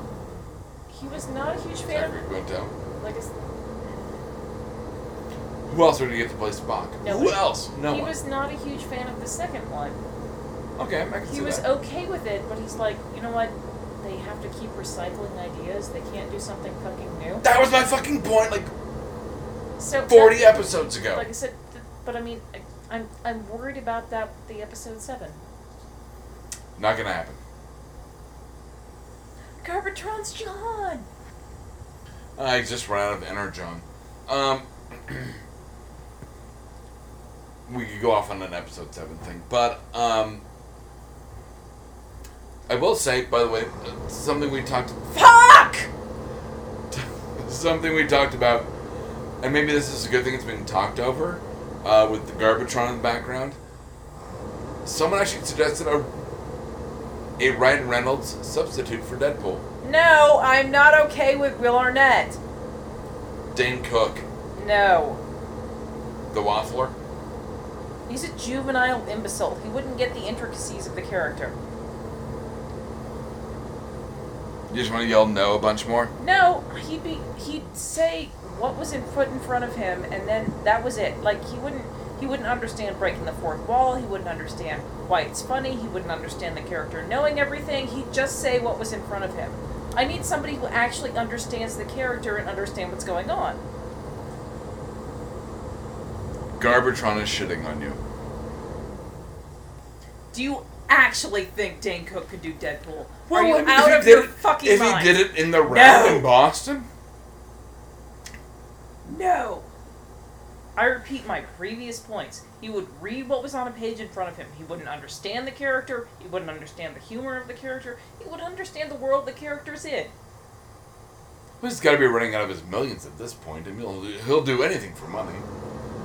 He was not a huge fan Zachary Quinto. of like his, Who else would you get to play Spock? Who Nobody. else? No he one. was not a huge fan of the second one. okay, I can He see was that. okay with it, but he's like, you know what? They have to keep recycling ideas. They can't do something fucking new. That was my fucking point like So 40 that- episodes ago. Like I said, th- but I mean, I- I'm I'm worried about that. with The episode seven. Not gonna happen. Garbutron's John. I just ran out of energon. Um, [clears throat] we could go off on an episode seven thing, but um, I will say, by the way, uh, something we talked Fuck. [laughs] something we talked about, and maybe this is a good thing it's been talked over, uh, with the Garbutron in the background. Someone actually suggested a a Ryan Reynolds substitute for Deadpool, No, I'm not okay with Will Arnett. Dane Cook, No. the Waffler. He's a juvenile imbecile. He wouldn't get the intricacies of the character. You just want to yell no a bunch more. No, he'd be he'd say what was in put in front of him and then that was it. Like he wouldn't he wouldn't understand breaking the fourth wall, he wouldn't understand why it's funny, he wouldn't understand the character knowing everything, he'd just say what was in front of him. I need somebody who actually understands the character and understand what's going on. Garbutron is shitting on you. Do you actually think Dane Cook could do Deadpool? Well, Are you I mean, [laughs] out if of he did your it- fucking if mind? he did it in the round No. in Boston, No. I repeat my previous points. He would read what was on a page in front of him. He wouldn't understand the character. He wouldn't understand the humor of the character. He would understand the world the character's in. he's got to be running out of his millions at this point, and he'll he'll do anything for money.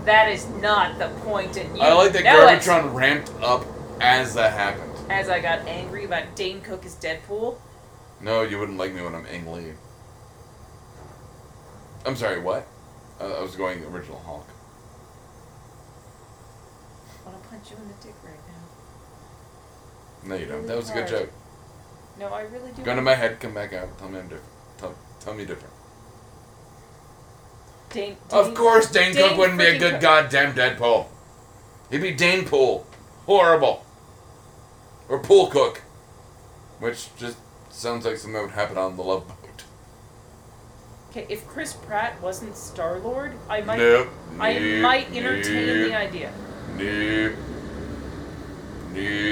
That is not the point, and you I like that know it. Garbutron ramped up as that happened. As I got angry about Dane Cook as Deadpool, No, you wouldn't like me when I'm Ang Lee. I'm sorry, what? Uh, I was going original Hulk. I want to punch you in the dick right now. No, you don't. That was a good joke. No, I really do. Go into my head, come back out, tell me I'm different. Tell, tell me different. Dane, Of Dane- course, Dane, Cook Dane wouldn't be a freaking good Cook. goddamn Deadpool. He'd be Dane Pool. Horrible. Or Pool Cook. Which just sounds like something that would happen on the Love Boat. Okay, if Chris Pratt wasn't Star Lord, I might. nope. I Nope. might entertain nope. the idea. Nope.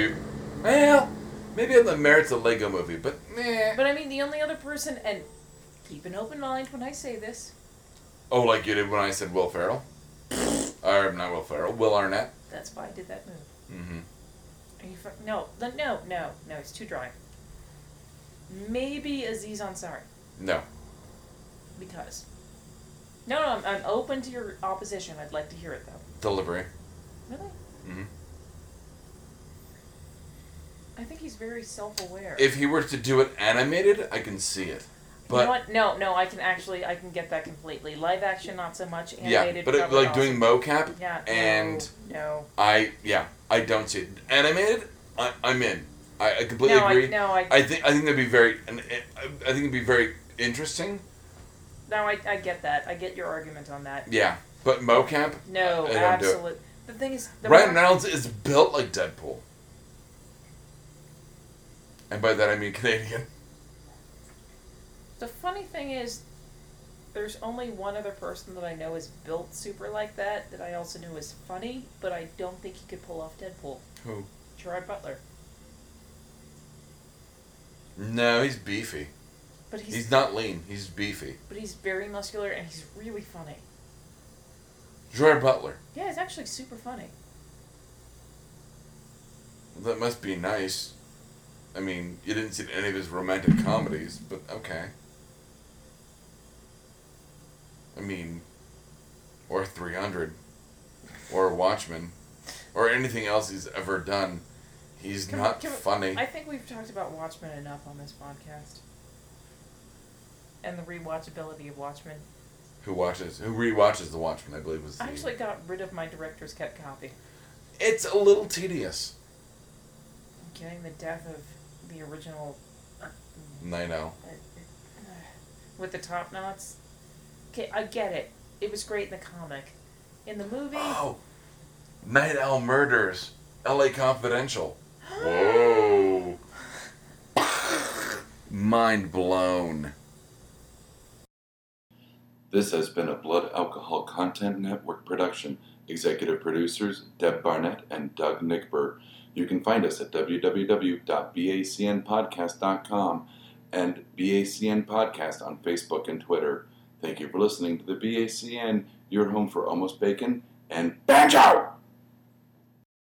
Nope. Well, maybe on the merits of Lego Movie, but meh. But I mean, the only other person, and keep an open mind when I say this. oh, like you did when I said Will Ferrell. [laughs] or not Will Ferrell, Will Arnett. That's why I did that move. Mm-hmm. Are you fuck- no, the- no, no, no. It's too dry. Maybe Aziz Ansari No. because. No, no, I'm, I'm open to your opposition. I'd like to hear it though. Delivery. Really, hmm I think he's very self-aware. If he were to do it animated, I can see it. you But know what? No, no. I can actually, I can get that completely. Live action, not so much. yeah, Animated, but it, probably like also. doing mocap, Yeah. no, and- no. I yeah, I don't see it. Animated, I, I'm in. I, I completely No, agree. I, no, I, I think I think that'd be very. an- I I think it'd be very interesting. no, I, I get that. I get your argument on that. Yeah, but mocap. I don't No, do it. absolutely. The thing is, the Ryan mo- Reynolds is built like Deadpool, and by that I mean [laughs] Canadian. The funny thing is, there's only one other person that I know is built super like that that I also know is funny, but I don't think he could pull off Deadpool. Who? Gerard Butler. No, he's beefy. But he's, He's not lean. He's beefy. but he's very muscular and he's really funny. Gerard Butler. Yeah, he's actually super funny. That must be nice. I mean, you didn't see any of his romantic comedies, but okay. I mean, or 300, or Watchmen, or anything else he's ever done. He's Can we- not can we- funny. I think we've talked about Watchmen enough on this podcast. And the rewatchability of Watchmen. who watches, who rewatches The Watchmen, I believe was the. I actually got rid of my director's cut copy. it's a little tedious. I'm getting the death of the original I know. with the top knots. Okay, I get it. It was great in the comic. In the movie, [gasps] Oh! Night Owl Murders, LA Confidential. Whoa. Mind blown. This has been a Blood Alcohol Content Network production. Executive producers Deb Barnett and Doug Nickberg. You can find us at www.bacnpodcast.com and BACN Podcast on Facebook and Twitter. Thank you for listening to the BACN, your home for almost bacon and banjo!